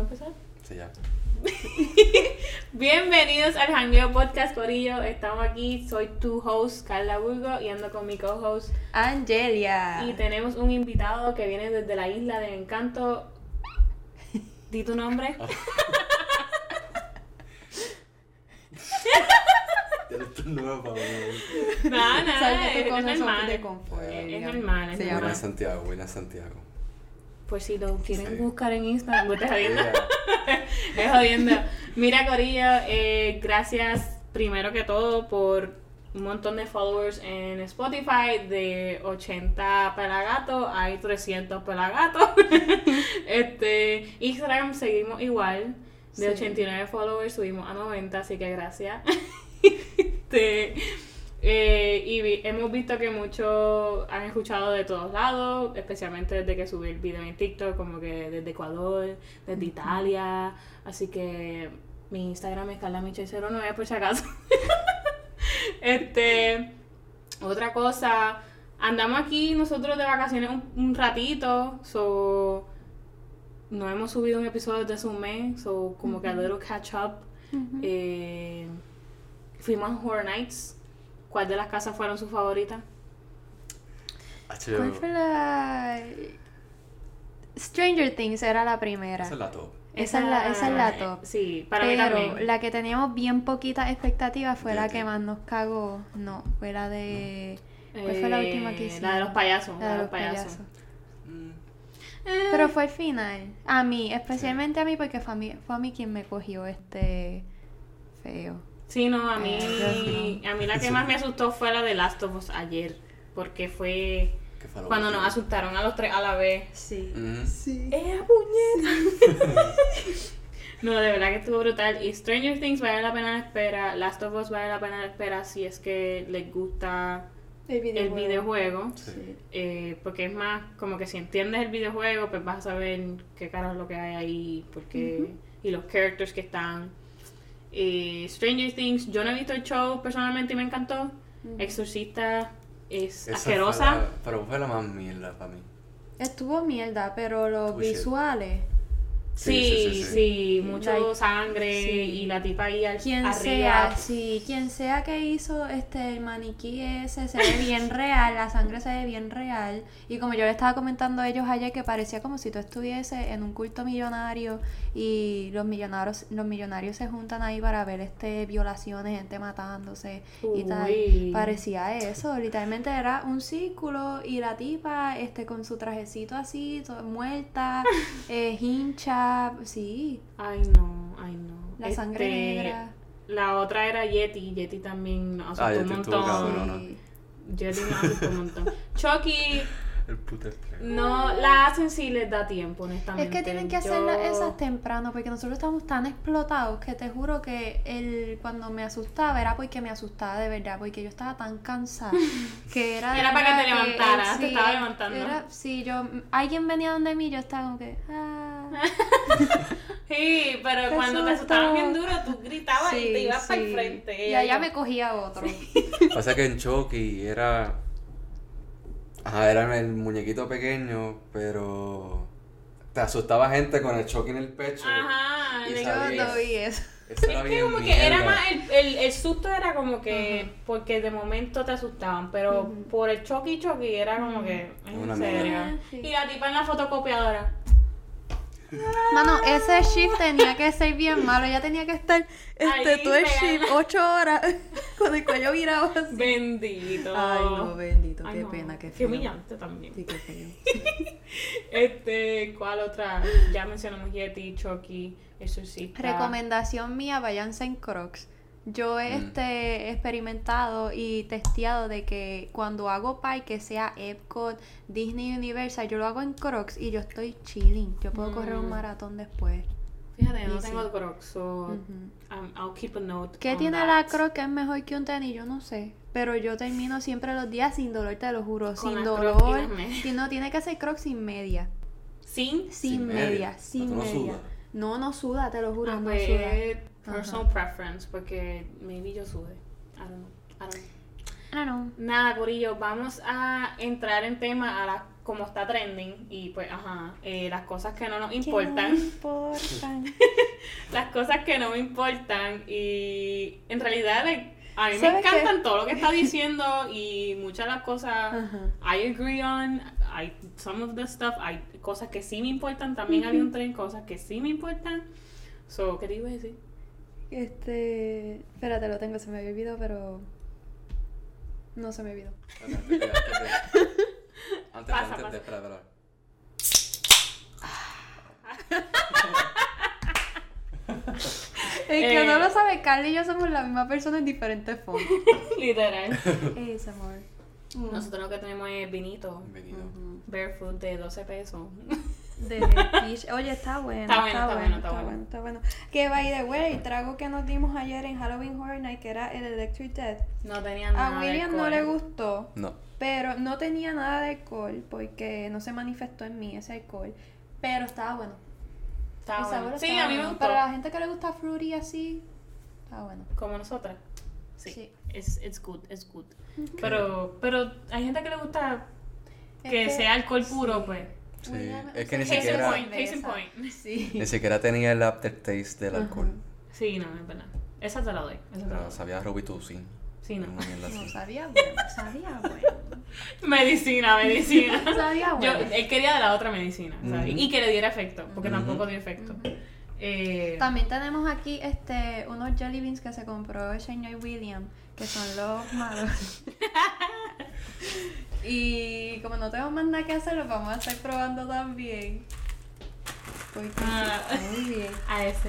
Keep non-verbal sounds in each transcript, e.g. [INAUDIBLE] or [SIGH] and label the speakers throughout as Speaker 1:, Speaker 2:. Speaker 1: empezar?
Speaker 2: Sí,
Speaker 1: [LAUGHS]
Speaker 2: ya.
Speaker 1: Bienvenidos al Hangueo Podcast Corillo. Estamos aquí, soy tu host Carla Burgo y ando con mi co-host.
Speaker 3: Angelia.
Speaker 1: Y tenemos un invitado que viene desde la isla del encanto. Di tu nombre.
Speaker 2: Eres tu nueva favorita.
Speaker 1: [LAUGHS] Nada,
Speaker 3: Sal
Speaker 1: nada,
Speaker 3: de
Speaker 1: es,
Speaker 3: tu
Speaker 1: es
Speaker 3: zona
Speaker 1: normal.
Speaker 3: de confort,
Speaker 1: Es- es
Speaker 3: digamos.
Speaker 1: normal, es
Speaker 3: Se
Speaker 1: normal.
Speaker 2: Buena
Speaker 3: llama.
Speaker 2: Santiago, buena Santiago.
Speaker 1: Por Pues si lo quieren
Speaker 2: Sí.
Speaker 1: buscar en Instagram. ¿Me estás jodiendo?
Speaker 2: Ella-
Speaker 1: Es jodiendo. Mira, Corillo, eh, gracias primero que todo por un montón de followers en Spotify, de 80 pelagatos, hay 300 pelagatos. [LAUGHS] este, Instagram seguimos igual, de
Speaker 3: Sí.
Speaker 1: 89 followers subimos a 90, así que gracias. [LAUGHS] este, eh, y vi- hemos visto que muchos han escuchado de todos lados, especialmente desde que subí el video en TikTok, como que desde Ecuador, desde Italia. Así que mi Instagram es carlamichel09 por si acaso. este, otra cosa, andamos aquí nosotros de vacaciones un, un ratito, so, no hemos subido un episodio desde hace un mes, so, como que a little catch up. Eh, fuimos a Horror Nights. ¿Cuál de las casas fueron sus favoritas?
Speaker 2: Hacho, yo-
Speaker 3: ¿Cuál fue la- Stranger Things era la primera.
Speaker 2: Esa es la top.
Speaker 3: Esa es la- esa es la top.
Speaker 1: Sí, para mí
Speaker 3: pero
Speaker 1: también.
Speaker 3: la que teníamos bien poquitas expectativas fue la
Speaker 2: Dirty.
Speaker 3: que más nos cagó. No, fue la de. ¿Cuál fue la
Speaker 1: Eh,
Speaker 3: última que
Speaker 1: La de los
Speaker 3: hicimos?
Speaker 1: payasos.
Speaker 3: La de los payasos.
Speaker 2: Mm,
Speaker 1: Eh,
Speaker 3: Pero fue el final. A mí, especialmente a mí, porque fue a mí, fue a mí quien me cogió este. feo.
Speaker 1: Sí, no, a mí,
Speaker 3: Eh,
Speaker 1: a mí la que
Speaker 2: Sí.
Speaker 1: más me asustó fue la de Last of Us ayer, porque fue
Speaker 2: ¿Qué fue lo
Speaker 1: cuando nos
Speaker 2: último?
Speaker 1: asustaron a los tres a la vez.
Speaker 3: Sí.
Speaker 2: Mm.
Speaker 1: ¡Eh, puñeta! no, de verdad que estuvo brutal. Y Stranger Things vale la pena la espera, Last of Us vale la pena la espera si es que les gusta
Speaker 3: El
Speaker 1: el videojuego.
Speaker 2: Sí.
Speaker 1: eh, porque es más como que si entiendes el videojuego, pues vas a saber qué cara es lo que hay ahí porque, y los characters que están. Eh, Stranger Things, yo no he visto el show personalmente y me encantó. Exorcista
Speaker 2: Esa
Speaker 1: es
Speaker 2: fue
Speaker 1: asquerosa.
Speaker 2: la- pero fue la más mierda para mí.
Speaker 3: Estuvo mierda, pero los
Speaker 2: Touché.
Speaker 3: visuales.
Speaker 1: Sí, sí, mucho
Speaker 3: Like,
Speaker 1: sangre
Speaker 3: sí.
Speaker 1: y la tipa ahí al
Speaker 3: Quien
Speaker 1: arriba.
Speaker 3: sea, sí, quien sea que hizo este el maniquí ese se ve
Speaker 1: [LAUGHS]
Speaker 3: bien real, la sangre se ve bien real. Y como yo le estaba comentando a ellos ayer que parecía como si tú estuviese en un culto millonario y los millonarios, los millonarios se juntan ahí para ver este violaciones, gente matándose y tal.
Speaker 1: Uy.
Speaker 3: Parecía eso, literalmente era un círculo y la tipa este con su trajecito así, to- muerta,
Speaker 1: [LAUGHS]
Speaker 3: eh, hincha, sí,
Speaker 1: Ay no, ay no.
Speaker 3: la sangre
Speaker 1: Este,
Speaker 3: negra.
Speaker 1: La otra era Yeti, Yeti también nos asustó
Speaker 2: Ah,
Speaker 1: un
Speaker 2: Yeti estuvo
Speaker 1: montón.
Speaker 2: cabrón. no, no.
Speaker 3: Sí.
Speaker 1: Yeti
Speaker 2: [LAUGHS]
Speaker 1: nos asustó un montón. Chucky
Speaker 2: El puto estrés.
Speaker 1: No la hacen si les da tiempo, honestamente.
Speaker 3: Es que tienen que
Speaker 1: Yo-
Speaker 3: hacerlas esas temprano porque nosotros estamos tan explotados que te juro que el, cuando me asustaba era porque me asustaba de verdad, porque yo estaba tan cansada que era de
Speaker 1: Era para que
Speaker 3: verdad
Speaker 1: te levantaras, te
Speaker 3: sí,
Speaker 1: estaba levantando.
Speaker 3: Era, sí, yo, alguien venía donde mí, yo estaba como que... ah.
Speaker 1: [LAUGHS] Sí, pero
Speaker 3: Te
Speaker 1: cuando te
Speaker 3: asustó.
Speaker 1: asustaban bien duro, tú gritabas y te
Speaker 3: Sí,
Speaker 1: ibas para el
Speaker 3: sí.
Speaker 1: frente.
Speaker 3: Y allá me cogía otro.
Speaker 2: Pasa que en Chucky era. Ajá, era el muñequito pequeño, pero. Te asustaba gente con el Chucky en el pecho.
Speaker 1: Ajá,
Speaker 2: Y
Speaker 1: de-
Speaker 3: Yo
Speaker 2: sabías.
Speaker 3: no vi eso.
Speaker 2: Eso
Speaker 1: Es
Speaker 2: era
Speaker 1: que
Speaker 2: bien
Speaker 1: como que era
Speaker 2: mierda.
Speaker 1: más el, el, el susto era como que porque de momento te asustaban, pero por el choqui choqui era como que en
Speaker 2: Una
Speaker 1: serio.
Speaker 3: mierda. Sí.
Speaker 1: Y la tipa en la fotocopiadora.
Speaker 3: Mano, ese shift tenía que ser bien malo. Ya tenía que estar este,
Speaker 1: Ahí,
Speaker 3: todo el
Speaker 1: pegada.
Speaker 3: shift, ocho horas, [LAUGHS] con el cuello virado así.
Speaker 1: Bendito.
Speaker 3: bendito,
Speaker 1: Ay, no. Qué
Speaker 3: feo.
Speaker 1: humillante también.
Speaker 3: Sí, qué feo.
Speaker 1: Este, ¿cuál otra? Ya mencionamos Yeti, Chucky, Exorcista.
Speaker 3: [LAUGHS] Recomendación mía, váyanse en Crocs. Yo he
Speaker 2: Mm.
Speaker 3: este, experimentado y testeado de que cuando hago pie, que sea Epcot, Disney Universal, yo lo hago en Crocs y yo estoy chilling. Yo puedo correr un
Speaker 1: Mm.
Speaker 3: maratón después.
Speaker 1: Fíjate, no
Speaker 3: Easy.
Speaker 1: tengo Crocs, so
Speaker 3: Ujú.
Speaker 1: um, I'll keep a note.
Speaker 3: ¿Qué
Speaker 1: on
Speaker 3: tiene
Speaker 1: that.
Speaker 3: la Croc que es mejor que un tenis? Yo no sé. Pero yo termino siempre los días sin dolor, te lo juro. sin
Speaker 1: las Crocs y
Speaker 3: dolor.
Speaker 1: las medias.
Speaker 3: Y no, tiene que ser Crocs sin media.
Speaker 1: Sin.
Speaker 3: Sin,
Speaker 2: Sin media.
Speaker 3: media.
Speaker 2: O sea,
Speaker 3: sin
Speaker 2: tú no
Speaker 3: media.
Speaker 2: sudas.
Speaker 3: No, no suda, te lo juro,
Speaker 1: Ah,
Speaker 3: no
Speaker 1: pues,
Speaker 3: suda.
Speaker 1: personal preference, porque maybe yo sube. I don't know. I don't know.
Speaker 3: Ah, no.
Speaker 1: Nada, Corillo, vamos a entrar en tema a las como está trending y pues, ajá, eh, las cosas que no nos
Speaker 3: Que no me
Speaker 1: importan, [LAUGHS]
Speaker 3: importan.
Speaker 1: las cosas que no me importan y en realidad like, a mí me
Speaker 3: ¿Sabes qué?
Speaker 1: encantan todo lo que
Speaker 3: [LAUGHS]
Speaker 1: está diciendo y muchas de las cosas
Speaker 3: Ajá.
Speaker 1: I agree on, I, some of the stuff, hay cosas que sí me importan, también había un tren, cosas que sí me importan. So, ¿qué te iba a
Speaker 3: [LAUGHS]
Speaker 1: decir?
Speaker 3: Este. Espérate, lo tengo, se me había olvidado, pero. No se me olvidó.
Speaker 2: Antes, de- antes
Speaker 1: [LAUGHS]
Speaker 2: de- antes,
Speaker 1: Pasa,
Speaker 2: antes
Speaker 1: pasa.
Speaker 2: de, espera, espera.
Speaker 3: El que
Speaker 1: Eh.
Speaker 3: no lo sabe, Carly y yo somos la misma persona en diferentes
Speaker 1: [LAUGHS]
Speaker 3: fondos.
Speaker 1: Literal.
Speaker 3: es amor. Mm.
Speaker 1: Nosotros lo que tenemos es vinito,
Speaker 2: Bienvenido.
Speaker 1: barefoot de 12 pesos. [LAUGHS]
Speaker 3: De Beach. Oye, está bueno.
Speaker 1: Está bueno, está bueno, está bueno.
Speaker 3: está bueno. Que by the way, el trago que nos dimos ayer en Halloween Horror Night, que era el Electric Death,
Speaker 1: No tenía nada
Speaker 3: a
Speaker 1: de
Speaker 3: William no le
Speaker 1: Ah, alcohol.
Speaker 3: gustó.
Speaker 2: No.
Speaker 3: Pero no tenía nada de alcohol porque no se manifestó en mí ese alcohol. Pero estaba bueno.
Speaker 1: Estaba
Speaker 3: El
Speaker 1: bueno.
Speaker 3: sabor
Speaker 1: Sí,
Speaker 3: estaba
Speaker 1: a mí me
Speaker 3: bueno.
Speaker 1: gustó.
Speaker 3: Para la gente que le gusta fruity así, está bueno.
Speaker 1: Como nosotras. Sí.
Speaker 3: Sí.
Speaker 1: It's, it's good, it's good. Pero, pero hay gente que le gusta que,
Speaker 3: Es que-
Speaker 1: sea alcohol puro, pues.
Speaker 2: Sí,
Speaker 3: William-
Speaker 2: es que ni
Speaker 3: Case in
Speaker 2: siquiera-
Speaker 3: point,
Speaker 1: Case in
Speaker 3: esa.
Speaker 1: point.
Speaker 3: Sí.
Speaker 2: Ni siquiera tenía el aftertaste del alcohol.
Speaker 1: [LAUGHS] Sí, no, es verdad. Esa te la doy. Esa te la
Speaker 2: Pero
Speaker 1: doy.
Speaker 2: sabía Robitussin.
Speaker 1: Sí, no.
Speaker 2: Una mierda
Speaker 3: No,
Speaker 2: así.
Speaker 3: sabía bueno, sabía bueno.
Speaker 1: [LAUGHS] Medicina,
Speaker 3: [LAUGHS]
Speaker 1: medicina.
Speaker 3: Sabía
Speaker 1: Yo,
Speaker 3: Ah,
Speaker 1: eh,
Speaker 3: bueno.
Speaker 1: él quería de la otra medicina, ¿sabes?
Speaker 2: Ujú.
Speaker 1: Y que le diera efecto, porque
Speaker 2: Ujú.
Speaker 1: tampoco dio efecto. Eh,
Speaker 3: También tenemos aquí este unos jelly beans que se compró Shania William, que son los malos.
Speaker 1: [LAUGHS]
Speaker 3: y como no tenemos más nada que hacer, los vamos a estar probando también. Porque sí,
Speaker 1: Ah.
Speaker 3: muy bien.
Speaker 1: a ese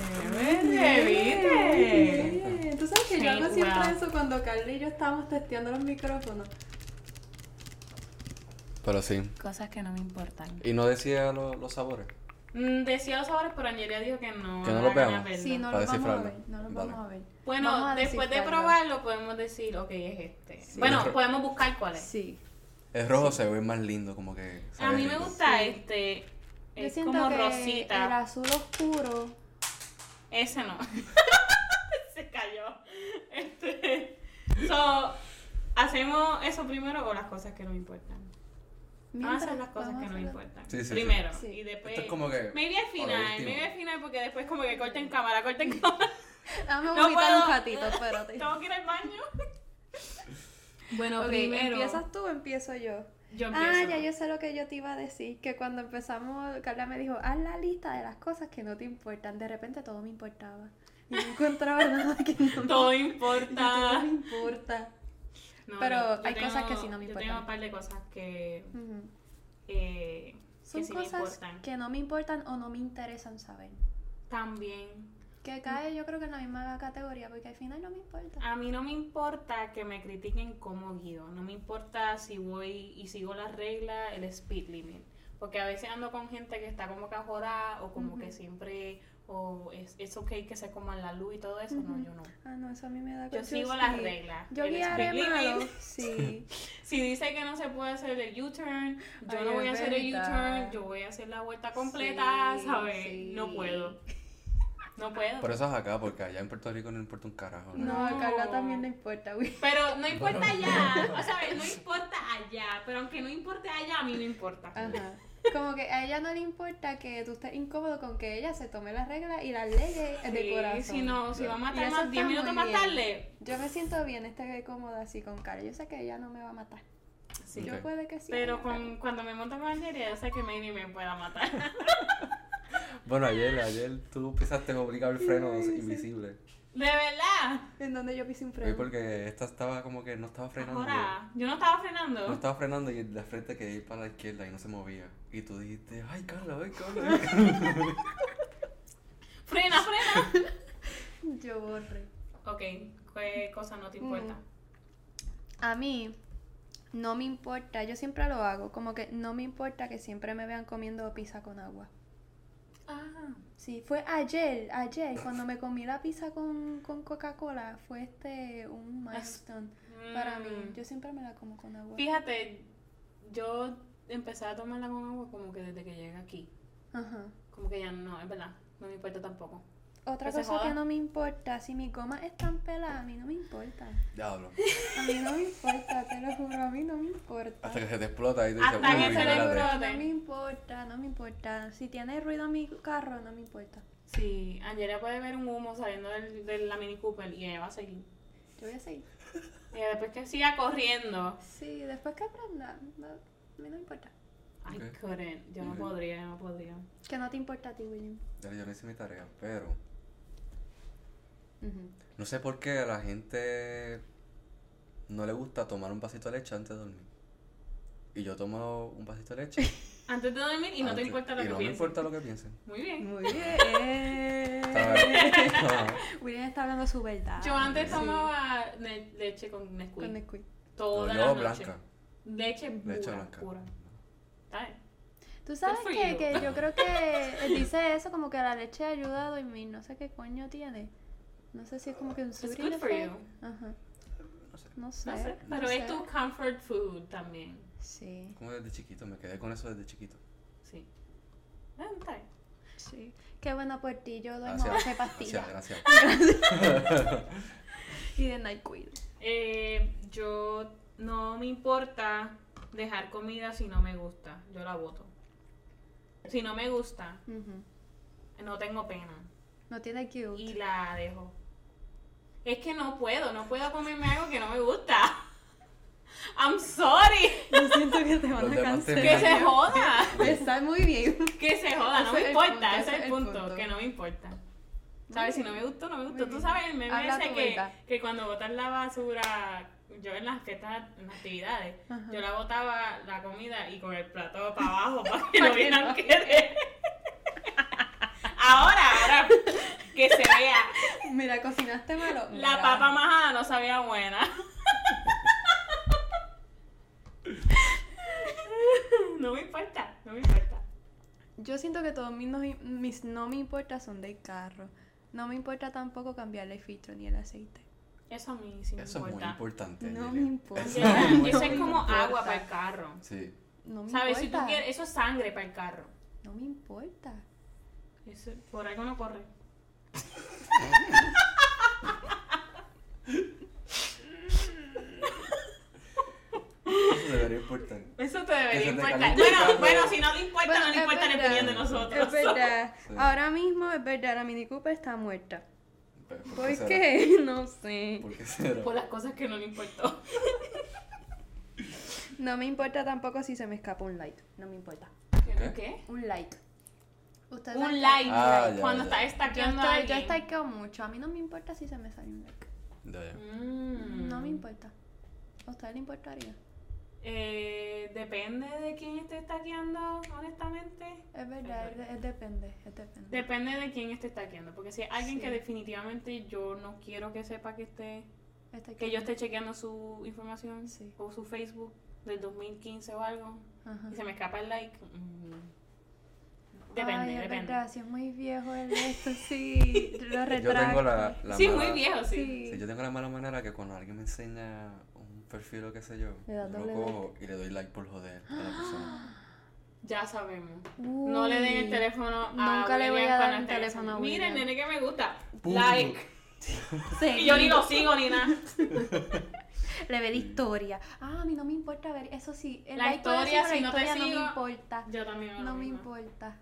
Speaker 1: ¿viste?
Speaker 3: Bien. Tú sabes que yo
Speaker 1: Sí,
Speaker 3: hago siempre
Speaker 1: wow.
Speaker 3: eso cuando Carly y yo estábamos testeando los micrófonos.
Speaker 2: Pero sí.
Speaker 1: Cosas que no me importan.
Speaker 2: Y no decía lo- los sabores.
Speaker 1: Mm, Decía los sabores, pero Angelia dijo que no.
Speaker 2: Que no
Speaker 1: era
Speaker 2: los
Speaker 1: buena
Speaker 2: veamos.
Speaker 1: verlo.
Speaker 3: Sí, no
Speaker 2: Para
Speaker 3: los vamos a ver.
Speaker 2: descifrarlo.
Speaker 3: No los
Speaker 2: Dale.
Speaker 3: vamos a ver. Vamos
Speaker 1: Bueno,
Speaker 3: a
Speaker 1: después de
Speaker 3: descifrarlo.
Speaker 1: probarlo podemos decir, ok, es este.
Speaker 3: Sí.
Speaker 1: Bueno, podemos buscar cuál es.
Speaker 3: Sí.
Speaker 2: El rojo se ve más lindo, como que.
Speaker 1: A
Speaker 2: sabe
Speaker 1: mí me
Speaker 2: rico.
Speaker 1: gusta
Speaker 3: Sí.
Speaker 1: este.
Speaker 3: Yo
Speaker 1: Es
Speaker 3: siento
Speaker 1: como
Speaker 3: que
Speaker 1: rosita. Ah,
Speaker 3: el azul oscuro.
Speaker 1: Ese no. [LAUGHS] Se cayó. Este. So, ¿hacemos eso primero o las cosas que no me importan? Vamos a hacer las cosas
Speaker 3: vamos
Speaker 1: que
Speaker 3: a
Speaker 1: no me
Speaker 3: hacer las-
Speaker 1: importan.
Speaker 2: Sí, sí, sí.
Speaker 1: primero.
Speaker 3: Sí.
Speaker 1: Y después.
Speaker 2: Esto es como que.
Speaker 1: Maybe al
Speaker 2: o lo
Speaker 1: final,
Speaker 2: último.
Speaker 1: maybe al final, porque después como que corten cámara, corten cámara. [LAUGHS]
Speaker 3: Dame
Speaker 1: No
Speaker 3: vomitar
Speaker 1: puedo.
Speaker 3: un ratito, espérate.
Speaker 1: Tengo que ir al
Speaker 3: [LAUGHS]
Speaker 1: baño.
Speaker 3: Bueno,
Speaker 1: Ok, primero.
Speaker 3: ¿Empiezas tú o empiezo yo?
Speaker 1: Yo empiezo.
Speaker 3: Ah, ya yo sé lo que yo te iba a decir. Que cuando empezamos, Carla me dijo, haz la lista de las cosas que no te importan. De repente todo me importaba. Y no encontraba [LAUGHS] nada que no me-
Speaker 1: Todo
Speaker 3: y todo
Speaker 1: importa.
Speaker 3: me importa.
Speaker 1: No,
Speaker 3: Pero
Speaker 1: no, yo
Speaker 3: hay cosas que sí no me
Speaker 1: Yo tengo
Speaker 3: importan.
Speaker 1: un par de cosas que,
Speaker 3: Ujú.
Speaker 1: eh,
Speaker 3: Son
Speaker 1: que sí me
Speaker 3: cosas
Speaker 1: importan.
Speaker 3: que no me importan o no me interesan saber.
Speaker 1: También.
Speaker 3: Que cae yo creo que en la misma categoría porque al final no me importa.
Speaker 1: A mí no me importa que me critiquen como guío. No me importa si voy y sigo las reglas, el speed limit. Porque a veces ando con gente que está como que ajorada o como que
Speaker 3: Ujú.
Speaker 1: siempre, o es, es ok que se coman la luz y todo eso. No,
Speaker 3: Ujú.
Speaker 1: yo no.
Speaker 3: Ah, no, eso a mí me da
Speaker 1: Yo
Speaker 3: confusing.
Speaker 1: sigo las reglas.
Speaker 3: Yo
Speaker 1: el
Speaker 3: guiaré
Speaker 1: speed limit. [LAUGHS]
Speaker 3: malo. Sí.
Speaker 1: Si dice que no se puede hacer el U-turn, yo
Speaker 3: Ay,
Speaker 1: no voy
Speaker 3: es
Speaker 1: a hacer el
Speaker 3: verdad.
Speaker 1: U-turn, yo voy a hacer la vuelta completa,
Speaker 3: Sí,
Speaker 1: ¿sabes?
Speaker 3: sí.
Speaker 1: No puedo. No puedo.
Speaker 2: Por eso es acá, porque allá en Puerto Rico no importa un carajo.
Speaker 3: No, a Carla
Speaker 1: No.
Speaker 3: también le importa, güey.
Speaker 1: Pero no importa allá, o sea, no importa allá, pero aunque no importe allá, a mí me importa.
Speaker 3: Ajá. Como que a ella no le importa que tú estés incómodo con que ella se tome las reglas y las leyes de
Speaker 1: Sí,
Speaker 3: corazón.
Speaker 1: si no, si vamos a
Speaker 3: Y
Speaker 1: estar
Speaker 3: eso
Speaker 1: más 10
Speaker 3: está
Speaker 1: minutos
Speaker 3: muy
Speaker 1: más
Speaker 3: bien.
Speaker 1: tarde.
Speaker 3: Yo me siento bien, estaré cómoda así con Carla. Yo sé que ella no me va a matar.
Speaker 1: Sí.
Speaker 3: Yo
Speaker 2: Ok.
Speaker 3: puede que sí.
Speaker 1: Pero
Speaker 3: me
Speaker 1: con, cuando me monto con Angelia, yo sé que maybe me pueda matar. [LAUGHS]
Speaker 2: Bueno, ayer, ayer tú pisaste obligado el freno invisible.
Speaker 1: De verdad.
Speaker 3: mata. En donde yo pisé un
Speaker 2: Oye,
Speaker 3: freno.
Speaker 2: porque esta estaba como que no estaba frenando.
Speaker 1: Ahora, yo no estaba
Speaker 2: No
Speaker 1: frenando.
Speaker 2: estaba frenando y la frente quería ir para la izquierda y no se movía. Y tú dijiste, ay Carla, ay Carla. ay,
Speaker 1: [LAUGHS]
Speaker 2: Carla".
Speaker 1: Frena, frena.
Speaker 3: Yo borré.
Speaker 1: Ok, ¿qué cosa no te importa?
Speaker 3: A mí no me importa, yo siempre lo hago, como que no me importa que siempre me vean comiendo pizza con agua.
Speaker 1: Ah.
Speaker 3: Sí, fue ayer, ayer, cuando me comí la pizza con, con Coca-Cola, fue este un milestone para mí.
Speaker 1: Mm.
Speaker 3: Yo siempre me la como con agua.
Speaker 1: Fíjate, yo empecé a tomarla con agua como que desde que llegué aquí.
Speaker 3: Ajá.
Speaker 1: Como que ya no, es verdad, no me importa tampoco.
Speaker 3: Otra
Speaker 1: Que se
Speaker 3: cosa que
Speaker 1: joda.
Speaker 3: no me importa, si mis gomas están peladas, a mí no me importa.
Speaker 4: Diablo.
Speaker 3: A mí no me importa, te lo juro, a mí no me importa.
Speaker 4: Hasta que se te explota y te
Speaker 1: Hasta
Speaker 4: "Uy,
Speaker 1: que se le
Speaker 4: espérate".
Speaker 1: explota.
Speaker 3: No me importa, no me importa. Si tiene ruido mi carro, no me importa.
Speaker 1: Sí, Angela puede ver un humo saliendo del- de la Mini Cooper y ella va a seguir.
Speaker 3: Yo voy a seguir.
Speaker 1: Y después que siga corriendo.
Speaker 3: Sí, después que aprenda, no, a mí no me importa.
Speaker 1: I
Speaker 4: Ok.
Speaker 1: couldn't. Yo no
Speaker 4: Ok.
Speaker 1: podría, yo no podría.
Speaker 3: Que no te importa a ti, William.
Speaker 4: Dale, yo no hice mi tarea, pero. No sé por qué a la gente no le gusta tomar un vasito de leche antes de dormir. Y yo tomo un vasito de leche.
Speaker 1: Antes de dormir [LAUGHS] y no te
Speaker 4: antes-
Speaker 1: importa lo
Speaker 4: y
Speaker 1: que
Speaker 4: no me
Speaker 1: pienses.
Speaker 4: importa lo que
Speaker 1: [LAUGHS]
Speaker 4: piensen.
Speaker 1: Muy bien.
Speaker 3: Muy bien.
Speaker 4: ¿Sabes?
Speaker 3: [LAUGHS] William está hablando su verdad.
Speaker 1: Yo antes
Speaker 3: Sí.
Speaker 1: tomaba ne- leche con Nesquik.
Speaker 3: Con Nesquik.
Speaker 4: No,
Speaker 1: Toda
Speaker 4: yo
Speaker 1: la noche.
Speaker 4: blanca.
Speaker 1: Leche pura.
Speaker 4: Leche blanca.
Speaker 1: pura. ¿Sabes?
Speaker 3: Tú sabes
Speaker 1: Good for
Speaker 3: que,
Speaker 1: you.
Speaker 3: que yo creo
Speaker 1: [LAUGHS]
Speaker 3: que dice eso como que la leche ayuda a dormir, no sé qué coño tiene. No sé si es como que un
Speaker 1: It's
Speaker 3: soothing
Speaker 1: good for
Speaker 3: effect.
Speaker 1: you.
Speaker 3: Ajá.
Speaker 4: No sé.
Speaker 3: No sé.
Speaker 1: No sé.
Speaker 3: no
Speaker 1: Pero
Speaker 3: sé.
Speaker 1: es tu comfort food también.
Speaker 3: Sí,
Speaker 4: Como desde chiquito, me quedé con eso desde chiquito.
Speaker 1: Sí. Ah, está bien.
Speaker 3: sí. Qué bueno por ti, yo duermo
Speaker 4: Gracias.
Speaker 3: hace pastillas.
Speaker 4: Gracias,
Speaker 1: [LAUGHS]
Speaker 3: Y de NyQuil.
Speaker 1: Eh, yo no me importa dejar comida si no me gusta. Yo la voto. Si no me gusta,
Speaker 3: Ujú.
Speaker 1: no tengo pena.
Speaker 3: No tiene
Speaker 1: [LAUGHS]
Speaker 3: cute.
Speaker 1: Y la dejo. Es que no puedo, no puedo comerme algo que no me gusta. [LAUGHS] I'm [LAUGHS] sorry.
Speaker 3: Yo siento que te van
Speaker 4: Los
Speaker 3: a
Speaker 4: demás
Speaker 1: Que
Speaker 3: cancelar.
Speaker 1: se joda.
Speaker 3: Está muy bien.
Speaker 1: Que se joda, no
Speaker 3: Ese es
Speaker 1: me
Speaker 3: el
Speaker 1: importa.
Speaker 3: punto,
Speaker 1: ese es el punto, que no me importa. ¿Sabes? Si no me gustó, no me gustó.
Speaker 3: Muy
Speaker 1: Tú
Speaker 3: bien.
Speaker 1: sabes, el meme
Speaker 3: Habla
Speaker 1: ese
Speaker 3: tu
Speaker 1: que,
Speaker 3: verdad.
Speaker 1: que cuando botas la basura, yo en las fiestas, en las actividades,
Speaker 3: Ajá.
Speaker 1: yo la botaba la comida y con el plato para
Speaker 3: [LAUGHS]
Speaker 1: abajo para que no vieran que de- Ahora, ahora, que se vea.
Speaker 3: Mira, cocinaste malo.
Speaker 1: La
Speaker 3: Mira.
Speaker 1: papa majada no sabía buena. [LAUGHS] No me importa, no me importa.
Speaker 3: Yo siento que todos mis no, mis no me importa son del carro. No me importa tampoco cambiarle el filtro ni el aceite.
Speaker 1: Eso a mí sí me
Speaker 4: Eso es muy
Speaker 1: importa.
Speaker 4: importante. Yelena.
Speaker 3: No me
Speaker 4: [LAUGHS]
Speaker 3: importa.
Speaker 4: Eso es
Speaker 1: Yeah,
Speaker 4: muy
Speaker 1: eso es
Speaker 4: importante.
Speaker 1: como
Speaker 3: importa.
Speaker 1: agua para el carro.
Speaker 4: Sí.
Speaker 3: No me
Speaker 1: ¿Sabes? Si
Speaker 3: importa.
Speaker 1: tú quieres, eso es sangre para el carro.
Speaker 3: No me importa.
Speaker 1: Eso, por algo no corre.
Speaker 4: Eso debería importar.
Speaker 1: Eso te debería
Speaker 4: Eso te
Speaker 1: importar.
Speaker 4: calienta el
Speaker 1: Bueno,
Speaker 4: carro.
Speaker 1: bueno, si no le importa,
Speaker 3: Bueno,
Speaker 1: no
Speaker 3: es
Speaker 1: le importa la
Speaker 3: verdad.
Speaker 1: opinión de nosotros.
Speaker 3: Es verdad.
Speaker 4: Sí.
Speaker 3: Ahora mismo es verdad, la Mini Cooper está muerta.
Speaker 4: Pero,
Speaker 3: ¿Por
Speaker 4: será?
Speaker 3: qué? [LAUGHS] No sé.
Speaker 4: ¿Por qué
Speaker 1: [LAUGHS]
Speaker 4: será?
Speaker 1: Por las cosas que no le importó.
Speaker 3: No me importa tampoco si se me escapa un light. No me importa.
Speaker 4: ¿Qué?
Speaker 1: ¿Qué?
Speaker 3: Un light. Ustedes
Speaker 1: Un
Speaker 3: saben
Speaker 1: like.
Speaker 4: Ah, ya,
Speaker 1: cuando
Speaker 4: ya.
Speaker 1: estás
Speaker 3: que- Yo
Speaker 1: estaqueando a
Speaker 3: estoy, yo
Speaker 1: alguien.
Speaker 3: stalkeo mucho. A mí no me importa si se me sale un like.
Speaker 4: Ya, ya.
Speaker 1: Mm.
Speaker 3: No me importa. ¿A usted le importaría?
Speaker 1: Eh, depende de quién esté estaqueando, honestamente.
Speaker 3: Es verdad, es, es depende, es depende.
Speaker 1: Depende de quién esté estaqueando. Porque si hay alguien
Speaker 3: Sí.
Speaker 1: que definitivamente yo no quiero que sepa que esté
Speaker 3: Este
Speaker 1: que
Speaker 3: aquí.
Speaker 1: yo esté chequeando su información
Speaker 3: Sí.
Speaker 1: o su Facebook del 2015 o algo
Speaker 3: Ajá.
Speaker 1: y se me escapa el like. mm, Depende,
Speaker 3: Ay, es
Speaker 1: depende.
Speaker 3: verdad, si es muy
Speaker 1: [LAUGHS]
Speaker 3: viejo el esto, sí, lo retracto.
Speaker 4: Yo tengo la, la
Speaker 1: sí,
Speaker 4: mala-
Speaker 1: muy viejo, sí.
Speaker 4: Sí, yo tengo la mala manera que cuando alguien me enseña un perfil o qué sé yo,
Speaker 3: Le das
Speaker 4: yo
Speaker 3: doble
Speaker 4: lo cojo y le doy like por joder a la
Speaker 3: [GASPS]
Speaker 4: persona.
Speaker 1: Ya sabemos. No le den el
Speaker 3: Uy.
Speaker 1: teléfono a
Speaker 3: Nunca le voy
Speaker 1: William
Speaker 3: a dar
Speaker 1: cuando
Speaker 3: el
Speaker 1: esté
Speaker 3: teléfono a
Speaker 1: pensando, Mira el
Speaker 3: William".
Speaker 1: nene que me gusta.
Speaker 4: Pum.
Speaker 1: Like. Y yo ni lo sigo ni
Speaker 3: [LAUGHS]
Speaker 1: nada.
Speaker 3: Le ve la historia. Ah, a mí no me importa ver, eso sí. el
Speaker 1: La
Speaker 3: like puede
Speaker 1: historia,
Speaker 3: ser, pero
Speaker 1: si no te sigo,
Speaker 3: no me importa.
Speaker 1: Yo también hago
Speaker 3: No
Speaker 1: lo
Speaker 3: me
Speaker 1: mismo.
Speaker 3: importa.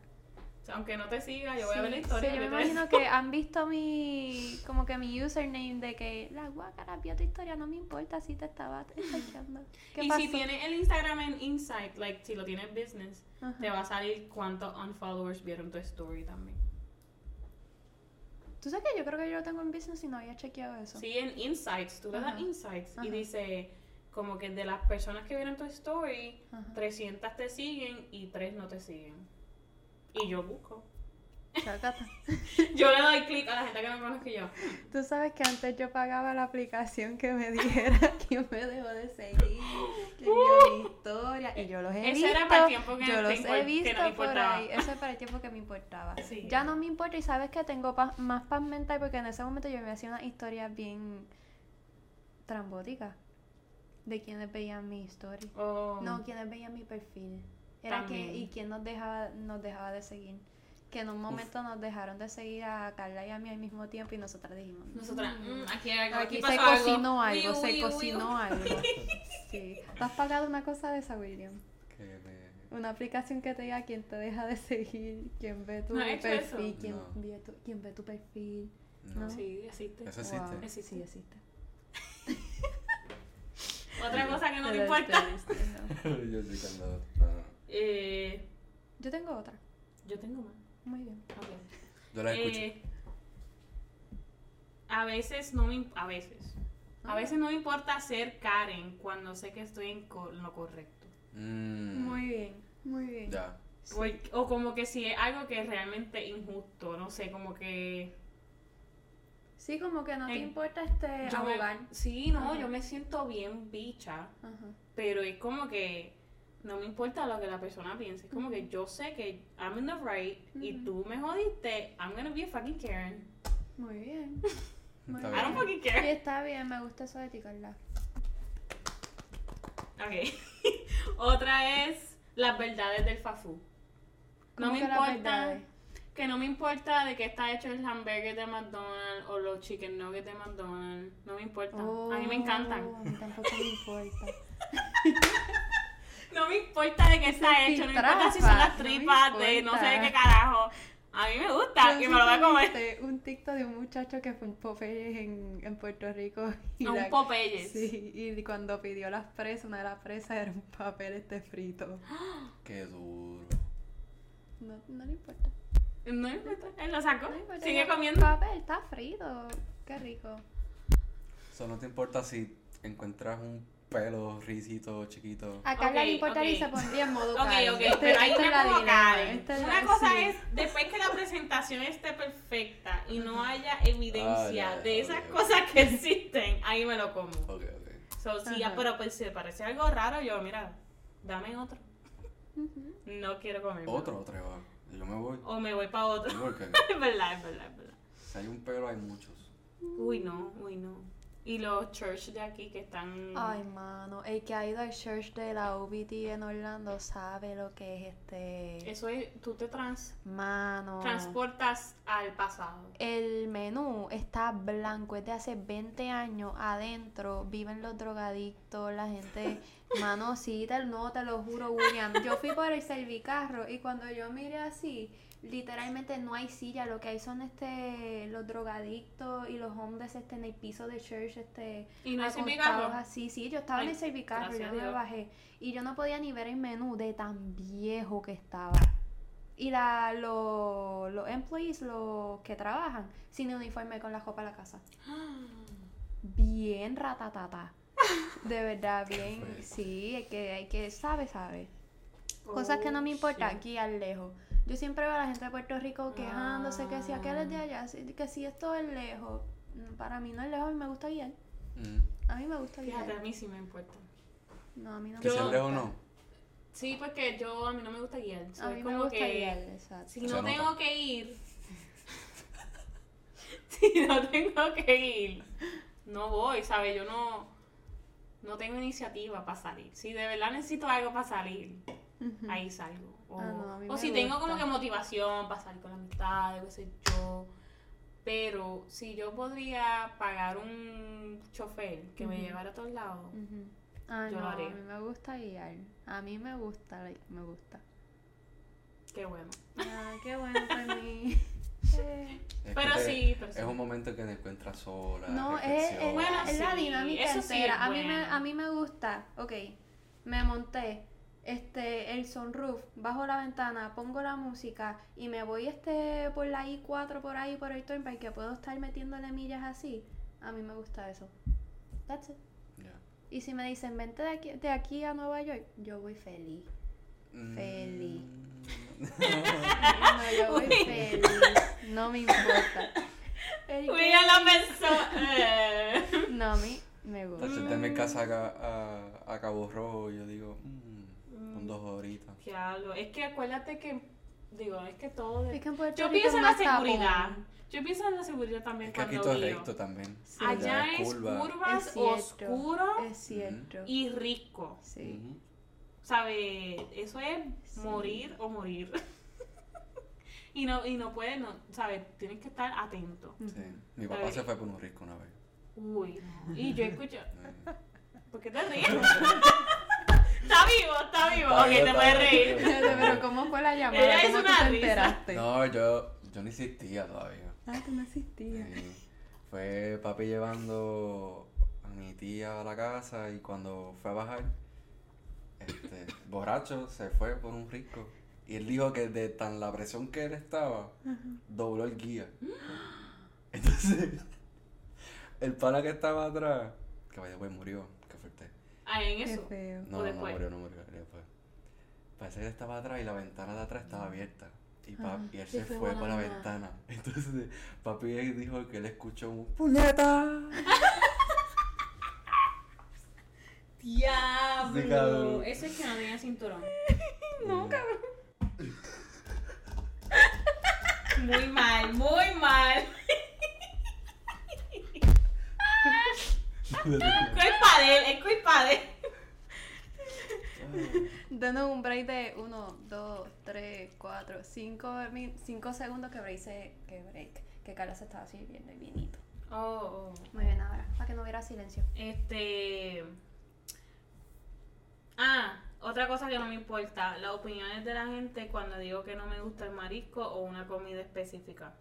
Speaker 1: O sea, aunque no te siga, Ah, yo voy a ver la
Speaker 3: Sí,
Speaker 1: historia.
Speaker 3: sí, yo
Speaker 1: que
Speaker 3: me
Speaker 1: te-
Speaker 3: imagino
Speaker 1: [LAUGHS]
Speaker 3: que han visto mi, como que mi username de que la guacara vio tu historia, no me importa si te estaba estalqueando. ¿Qué
Speaker 1: Y
Speaker 3: pasó?
Speaker 1: si tienes el Instagram en Insight, like si lo tienes business,
Speaker 3: Ajá.
Speaker 1: te va a salir cuántos unfollowers vieron tu story también.
Speaker 3: Tú sabes que yo creo que yo lo tengo en business y no había chequeado eso.
Speaker 1: Sí, en Insights, tú le das
Speaker 3: Ajá.
Speaker 1: Insights
Speaker 3: Ajá.
Speaker 1: y dice como que de las personas que vieron tu story,
Speaker 3: Ajá.
Speaker 1: 300 te siguen y 3 no te siguen. Y yo busco.
Speaker 3: [LAUGHS]
Speaker 1: [LAUGHS]
Speaker 3: Chacata.
Speaker 1: Yo le doy clic a la gente que no conozco y yo.
Speaker 3: Tú sabes que antes yo pagaba la aplicación que me [LAUGHS] dijera quién me dejó de seguir, quién vio mi historia, y yo los he
Speaker 1: Uh. Ese
Speaker 3: visto.
Speaker 1: era para el tiempo que
Speaker 3: yo
Speaker 1: te
Speaker 3: los
Speaker 1: import-
Speaker 3: he
Speaker 1: que
Speaker 3: visto
Speaker 1: no
Speaker 3: por
Speaker 1: importaba.
Speaker 3: ahí. Eso es para el tiempo que me importaba.
Speaker 1: Sí.
Speaker 3: Ya no me importa, y sabes que tengo pa- más paz mental porque en ese momento yo me hacía una historia bien trambótica de quienes veían mi historia.
Speaker 1: Oh,
Speaker 3: No, quienes veían mi perfil. Era que,
Speaker 1: También.
Speaker 3: y quién nos dejaba, nos dejaba de seguir. que en un momento nos dejaron de seguir a Carla y a mí al mismo tiempo y nosotras dijimos.
Speaker 5: Nosotras, mm, aquí, hay algo, aquí
Speaker 3: Aquí, se
Speaker 5: pasó algo.
Speaker 3: cocinó algo,
Speaker 5: Uiu,
Speaker 3: se
Speaker 5: uiu, uiu.
Speaker 3: cocinó algo. Sí. ¿Tú has pagado una cosa de esa, William?
Speaker 4: Que me...
Speaker 3: Una aplicación que te diga quién te deja de seguir, quién ve tu
Speaker 1: No he hecho eso.
Speaker 3: perfil, quién,
Speaker 4: No.
Speaker 3: ve tu, quién ve tu perfil.
Speaker 4: No.
Speaker 3: No.
Speaker 1: Sí, existe.
Speaker 4: Eso existe. [LAUGHS]
Speaker 3: Wow,
Speaker 1: Existe.
Speaker 3: Sí, existe.
Speaker 1: [LAUGHS] Otra cosa que no te
Speaker 3: Pero
Speaker 1: importa.
Speaker 3: este, este, no.
Speaker 4: Yo sí que ando- ah.
Speaker 1: Eh,
Speaker 3: Yo tengo otra.
Speaker 1: yo tengo más.
Speaker 3: Muy bien.
Speaker 1: Ok.
Speaker 4: Yo la escucho.
Speaker 1: Eh, a veces no me imp- a veces a
Speaker 3: Ah.
Speaker 1: veces no me importa ser Karen cuando sé que estoy en co- en lo correcto
Speaker 4: Mm,
Speaker 3: Muy bien, muy bien.
Speaker 4: Ya.
Speaker 1: Porque- o como que si es algo que es realmente injusto no sé como que
Speaker 3: Sí, como que no te
Speaker 1: Eh,
Speaker 3: importa este
Speaker 1: yo me-
Speaker 3: abogar.
Speaker 1: sí no
Speaker 3: Ajá.
Speaker 1: yo me siento bien bicha
Speaker 3: Ajá.
Speaker 1: pero es como que no me importa lo que la persona piense es como que yo sé que I'm in the right y
Speaker 3: Ujú.
Speaker 1: tú me jodiste I'm gonna be a fucking Karen
Speaker 3: Muy bien.
Speaker 1: [LAUGHS]
Speaker 3: Muy
Speaker 4: Está
Speaker 1: I don't
Speaker 4: bien.
Speaker 1: fucking
Speaker 3: Sí,
Speaker 1: care
Speaker 3: está bien, me gusta eso de ti, Carla.
Speaker 1: Ok. [LAUGHS] Otra es las verdades del fafú. No
Speaker 3: Como
Speaker 1: me
Speaker 3: que las
Speaker 1: importa.
Speaker 3: verdades.
Speaker 1: Que no me importa de qué está hecho el hamburger de McDonald's o los chicken nuggets de McDonald's. No me importa. a mí me
Speaker 3: Oh, A
Speaker 1: encantan.
Speaker 3: mí tampoco me
Speaker 1: [LAUGHS]
Speaker 3: importa.
Speaker 1: No me importa de qué está
Speaker 3: es
Speaker 1: hecho. No me
Speaker 3: filtrafa,
Speaker 1: importa si son las
Speaker 3: no me
Speaker 1: tripas de no sé de qué
Speaker 3: importa.
Speaker 1: carajo. A mí me gusta y me lo voy a comer.
Speaker 3: Este, Un TikTok de un muchacho que fue un Popeyes en, en Puerto Rico. Y
Speaker 1: A un
Speaker 3: la-
Speaker 1: Popeyes.
Speaker 3: Sí, y cuando pidió las presas, una de las presas era un papel este frito.
Speaker 4: Qué duro.
Speaker 3: No, no le importa.
Speaker 1: No me importa. Él lo sacó.
Speaker 3: No le importa,
Speaker 1: Sigue
Speaker 3: era un
Speaker 1: comiendo.
Speaker 3: Papel, está frito. Qué rico.
Speaker 4: Solo te importa si encuentras un pelo risito chiquito.
Speaker 3: A Carla
Speaker 1: Ok,
Speaker 3: le importaría
Speaker 1: ok.
Speaker 3: y se pondría en modo
Speaker 1: Ok,
Speaker 3: Karen.
Speaker 1: ok,
Speaker 3: Este-
Speaker 1: pero hay
Speaker 3: esta es la
Speaker 1: una como
Speaker 3: dilema,
Speaker 1: Karen.
Speaker 3: esta es la-
Speaker 1: Una cosa
Speaker 3: sí.
Speaker 1: es, después que la presentación esté perfecta y no haya evidencia
Speaker 4: Ah, ya, ya,
Speaker 1: de esas
Speaker 4: ok.
Speaker 1: cosas que existen, ahí me lo como.
Speaker 4: Ok, ok.
Speaker 1: So, si ya,
Speaker 3: Ajá.
Speaker 1: pero pues, si parece algo raro, yo, mira, dame otro. No quiero comer.
Speaker 4: Otro, otro. va. Yo me voy.
Speaker 1: O me voy para
Speaker 4: Sí,
Speaker 1: otro. [LAUGHS]
Speaker 4: porque
Speaker 1: es verdad, es verdad, es verdad.
Speaker 4: si hay un pelo hay muchos.
Speaker 1: Uy, no, uy, no. Y los church de aquí que están...
Speaker 3: Ay, mano, el que ha ido al church de la UBT en Orlando sabe lo que es este.
Speaker 1: Eso es, tú te trans,
Speaker 3: Mano.
Speaker 1: transportas al pasado.
Speaker 3: El menú está blanco, es de hace 20 años. Adentro viven los drogadictos, la gente. Mano, sí, te- no, te lo juro, William. Yo fui por el servicarro y cuando yo miré así, literalmente no hay silla. Lo que hay son este los drogadictos y los hombres este, en el piso de church. Este,
Speaker 1: ¿Y no hay
Speaker 3: acostados
Speaker 1: servicarro? [GASPS]
Speaker 3: así. Sí, yo estaba en
Speaker 1: Ay,
Speaker 3: el servicarro,
Speaker 1: gracias
Speaker 3: yo
Speaker 1: a
Speaker 3: me
Speaker 1: Dios.
Speaker 3: bajé. Y yo no podía ni ver el menú de tan viejo que estaba. Y la, lo- los employees, los que trabajan, sin uniforme con la copa a la casa.
Speaker 1: ¡Ah! [LAUGHS]
Speaker 3: Bien ratatata. De verdad, bien.
Speaker 4: fuerte.
Speaker 3: Sí, hay que, hay que, sabe, sabe. Cosas que no me
Speaker 1: Oh,
Speaker 3: importa
Speaker 1: shit. Ah.
Speaker 3: aquí al lejos. Yo siempre veo a la gente de Puerto Rico quejándose que si aquel es de allá, si- que si esto es lejos. Mm, Para mí no es lejos, a mí me gusta guiar.
Speaker 4: Mm.
Speaker 3: A mí me gusta guiar.
Speaker 1: Fíjate, a mí sí me importa.
Speaker 3: No, a mí no
Speaker 4: Que
Speaker 3: me
Speaker 4: si
Speaker 1: Yo-
Speaker 4: es
Speaker 3: gusta.
Speaker 4: lejos o no.
Speaker 1: Sí, porque yo a mí no me gusta guiar.
Speaker 3: A
Speaker 1: Soy
Speaker 3: mí me
Speaker 1: como
Speaker 3: gusta
Speaker 1: que
Speaker 3: guiar, exacto.
Speaker 1: si
Speaker 4: Se
Speaker 1: no
Speaker 4: nota.
Speaker 1: tengo que ir, [LAUGHS] si no tengo que ir, no voy, ¿sabes? Yo no, no tengo iniciativa para salir. Si de verdad necesito algo para salir,
Speaker 3: Ujú.
Speaker 1: ahí salgo. O,
Speaker 3: Ah, no, a mí
Speaker 1: o
Speaker 3: me
Speaker 1: si tengo como
Speaker 3: gusta.
Speaker 1: que motivación para salir con la amistad, qué sé yo. Pero si yo podría pagar un chofer que me
Speaker 3: Ujú.
Speaker 1: llevara a todos lados,
Speaker 3: Ujú. Ah,
Speaker 1: Yo lo
Speaker 3: no, a
Speaker 1: haría.
Speaker 3: mí me gusta guiar. A mí me gusta, like, me gusta.
Speaker 1: qué bueno.
Speaker 3: Ah, qué bueno para [LAUGHS] mí. Eh,
Speaker 4: Es
Speaker 1: Pero
Speaker 4: que te-
Speaker 1: sí, pero sí. eh,
Speaker 4: Es un momento que te encuentras sola.
Speaker 3: No, es,
Speaker 4: reflexionas.
Speaker 3: es,
Speaker 1: Bueno,
Speaker 3: es la
Speaker 1: sí,
Speaker 3: dinámica
Speaker 1: eso sí
Speaker 3: entera.
Speaker 1: es
Speaker 3: a, mí me,
Speaker 1: bueno.
Speaker 3: a mí me gusta. Ok, me monté este el sunroof, bajo la ventana, pongo la música y me voy este por la I4 por ahí, por el turnpike, que puedo estar metiéndole millas así. A mí me gusta eso. That's it.
Speaker 4: Ya.
Speaker 3: Y si me dicen, vente de aquí, de aquí a Nueva York, yo
Speaker 1: [LAUGHS]
Speaker 3: voy feliz.
Speaker 4: Mm. [LAUGHS]
Speaker 3: Feliz. No, yo voy
Speaker 1: Uy.
Speaker 3: feliz. No me importa. El que-
Speaker 1: William lo pensó. eh. [LAUGHS]
Speaker 3: No, a mí me
Speaker 4: Para
Speaker 1: Mm.
Speaker 3: gusta.
Speaker 4: sentarme en casa a, a, a Cabo Rojo, yo digo, mm, con dos horitas.
Speaker 1: Diablo, es que acuérdate que, digo, es que todo... de-
Speaker 3: Es que en Puerto
Speaker 1: Yo
Speaker 3: Rico
Speaker 1: pienso en la
Speaker 3: más tapón.
Speaker 1: seguridad. Yo pienso en la seguridad también
Speaker 4: Es que aquí
Speaker 1: cuando
Speaker 4: todo es
Speaker 1: guío.
Speaker 4: recto también.
Speaker 1: Allá
Speaker 4: Allá
Speaker 1: es
Speaker 4: curva.
Speaker 1: curvas,
Speaker 3: Es cierto,
Speaker 1: oscuro
Speaker 3: Es cierto.
Speaker 1: y rico.
Speaker 3: Sí.
Speaker 4: Ujú.
Speaker 1: ¿Sabes? Eso es
Speaker 3: Sí.
Speaker 1: morir o morir. [LAUGHS] Y no, y no puedes, no, ¿sabes? Tienes que estar atento.
Speaker 4: Mm,
Speaker 3: [LAUGHS]
Speaker 4: Sí. Mi papá
Speaker 1: Ay.
Speaker 4: se fue por un
Speaker 1: [LAUGHS]
Speaker 4: risco una vez.
Speaker 1: Uy, y yo escucho.
Speaker 4: Ay.
Speaker 1: ¿Por qué te ríes? [LAUGHS] está vivo, está vivo.
Speaker 4: Está
Speaker 1: ok,
Speaker 4: vivo,
Speaker 1: te
Speaker 4: está
Speaker 1: puedes
Speaker 4: vivo,
Speaker 1: reír.
Speaker 4: está
Speaker 3: Espérate, Pero ¿cómo fue la
Speaker 1: Ella
Speaker 3: llamada?
Speaker 1: hizo
Speaker 3: ¿Cómo tú
Speaker 1: una
Speaker 3: te
Speaker 1: risa.
Speaker 3: enteraste?
Speaker 4: No, yo, yo no existía todavía.
Speaker 3: Ah, tú no asistías.
Speaker 4: Sí. Fue papi llevando a mi tía a la casa y cuando fue a bajar,
Speaker 1: [LAUGHS]
Speaker 4: este, borracho, se fue por un risco. Y él dijo que de tan la presión que él estaba, dobló el guía. Entonces, el pana que estaba atrás, que después murió, que fuerte.
Speaker 1: Ah, en
Speaker 3: Qué
Speaker 1: eso.
Speaker 3: feo.
Speaker 4: No,
Speaker 1: ¿O
Speaker 4: no, no
Speaker 1: después?
Speaker 4: murió, no murió. Después. Parece que él estaba atrás y la ventana de atrás estaba abierta. Y, pa- y él
Speaker 1: se
Speaker 4: se
Speaker 1: fue
Speaker 4: fue, para la
Speaker 1: volando.
Speaker 4: ventana. [LAUGHS] Entonces, papi dijo que él escuchó un
Speaker 3: [LAUGHS]
Speaker 4: ¡Puñeta! Sí,
Speaker 1: Diablo.
Speaker 4: cabrón.
Speaker 1: eso es que no tenía cinturón.
Speaker 4: No, cabrón.
Speaker 1: Muy mal, muy mal.
Speaker 3: [LAUGHS]
Speaker 1: Es culpa de él, es culpa de él.
Speaker 3: Danos un break de 1, 2, 3, 4, 5, segundos que break, se- que break. Que Carla se estaba sirviendo el vinito.
Speaker 1: Oh, oh.
Speaker 3: Muy bien, ahora, para que no hubiera silencio.
Speaker 1: Este. Ah, otra cosa que no me importa, las opiniones de la gente cuando digo que no me gusta el marisco o una comida específica.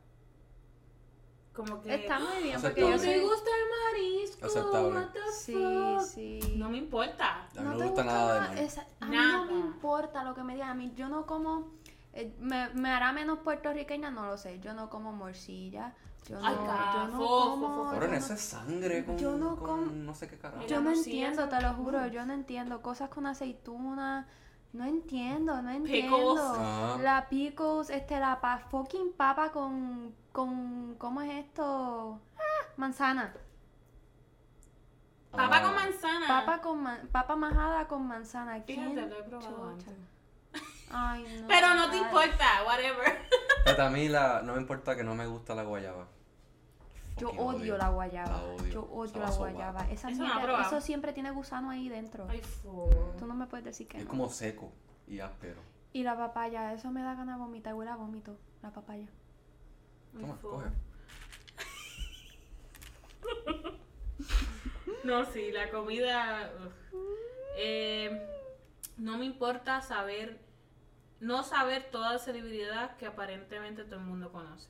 Speaker 1: Como que
Speaker 3: Está muy bien, porque
Speaker 1: no
Speaker 3: yo
Speaker 1: me
Speaker 4: Aceptable.
Speaker 3: soy...
Speaker 1: gusta el marisco.
Speaker 4: Aceptable.
Speaker 1: what the
Speaker 3: Sí,
Speaker 1: fuck.
Speaker 3: sí.
Speaker 1: No me importa.
Speaker 4: A mí no me gusta nada de mar.
Speaker 3: esa- a mí
Speaker 1: Nada.
Speaker 3: no me importa lo que me digan. A mí yo no como. eh, me, me hará menos puertorriqueña, no lo sé. Yo no como morcilla. Yo no,
Speaker 1: Ay,
Speaker 3: yo no
Speaker 1: fofo,
Speaker 3: como.
Speaker 1: fofo.
Speaker 3: yo
Speaker 4: Cabrón,
Speaker 3: no-
Speaker 4: eso es sangre con,
Speaker 3: yo no
Speaker 4: con
Speaker 3: com-
Speaker 4: no sé qué carajo.
Speaker 1: Mira,
Speaker 3: yo no
Speaker 1: morcilla
Speaker 3: entiendo,
Speaker 1: son-
Speaker 3: te lo juro. Yo no entiendo. Cosas con aceituna. No entiendo, no
Speaker 1: Pickles.
Speaker 3: entiendo.
Speaker 4: Ah.
Speaker 3: La pickles, este, la pa, fucking papa con, con. ¿Cómo es esto? Ah, manzana.
Speaker 1: Papa
Speaker 4: Ah.
Speaker 1: con manzana.
Speaker 3: Papa,
Speaker 1: [LAUGHS]
Speaker 3: con man- papa majada con manzana.
Speaker 1: Fíjate,
Speaker 3: ¿Quién
Speaker 1: lo he probado
Speaker 3: chucha?
Speaker 1: antes.
Speaker 3: Ay,
Speaker 1: [LAUGHS]
Speaker 3: no.
Speaker 1: Pero no te
Speaker 3: Ay.
Speaker 1: importa, whatever.
Speaker 4: Pero a mí la, no me importa que no me gusta la guayaba.
Speaker 3: Yo
Speaker 4: Fucking
Speaker 3: odio la guayaba.
Speaker 4: La odio.
Speaker 3: Yo odio
Speaker 4: Sabe
Speaker 3: la
Speaker 4: a sopa.
Speaker 3: guayaba. Esa
Speaker 1: Eso no
Speaker 3: mierda-
Speaker 1: la he probado.
Speaker 3: eso siempre tiene gusano ahí dentro.
Speaker 1: Ay, fuck.
Speaker 3: Tú no me puedes decir que
Speaker 4: Es
Speaker 3: no.
Speaker 4: como seco y áspero.
Speaker 3: Y la papaya, eso me da ganas de vomitar. Huele a vómito, la papaya.
Speaker 4: Toma,
Speaker 1: Fo.
Speaker 4: coge.
Speaker 1: No, sí, la comida. ugh. Eh, no me importa saber. No saber toda la celebridad que aparentemente todo el mundo conoce.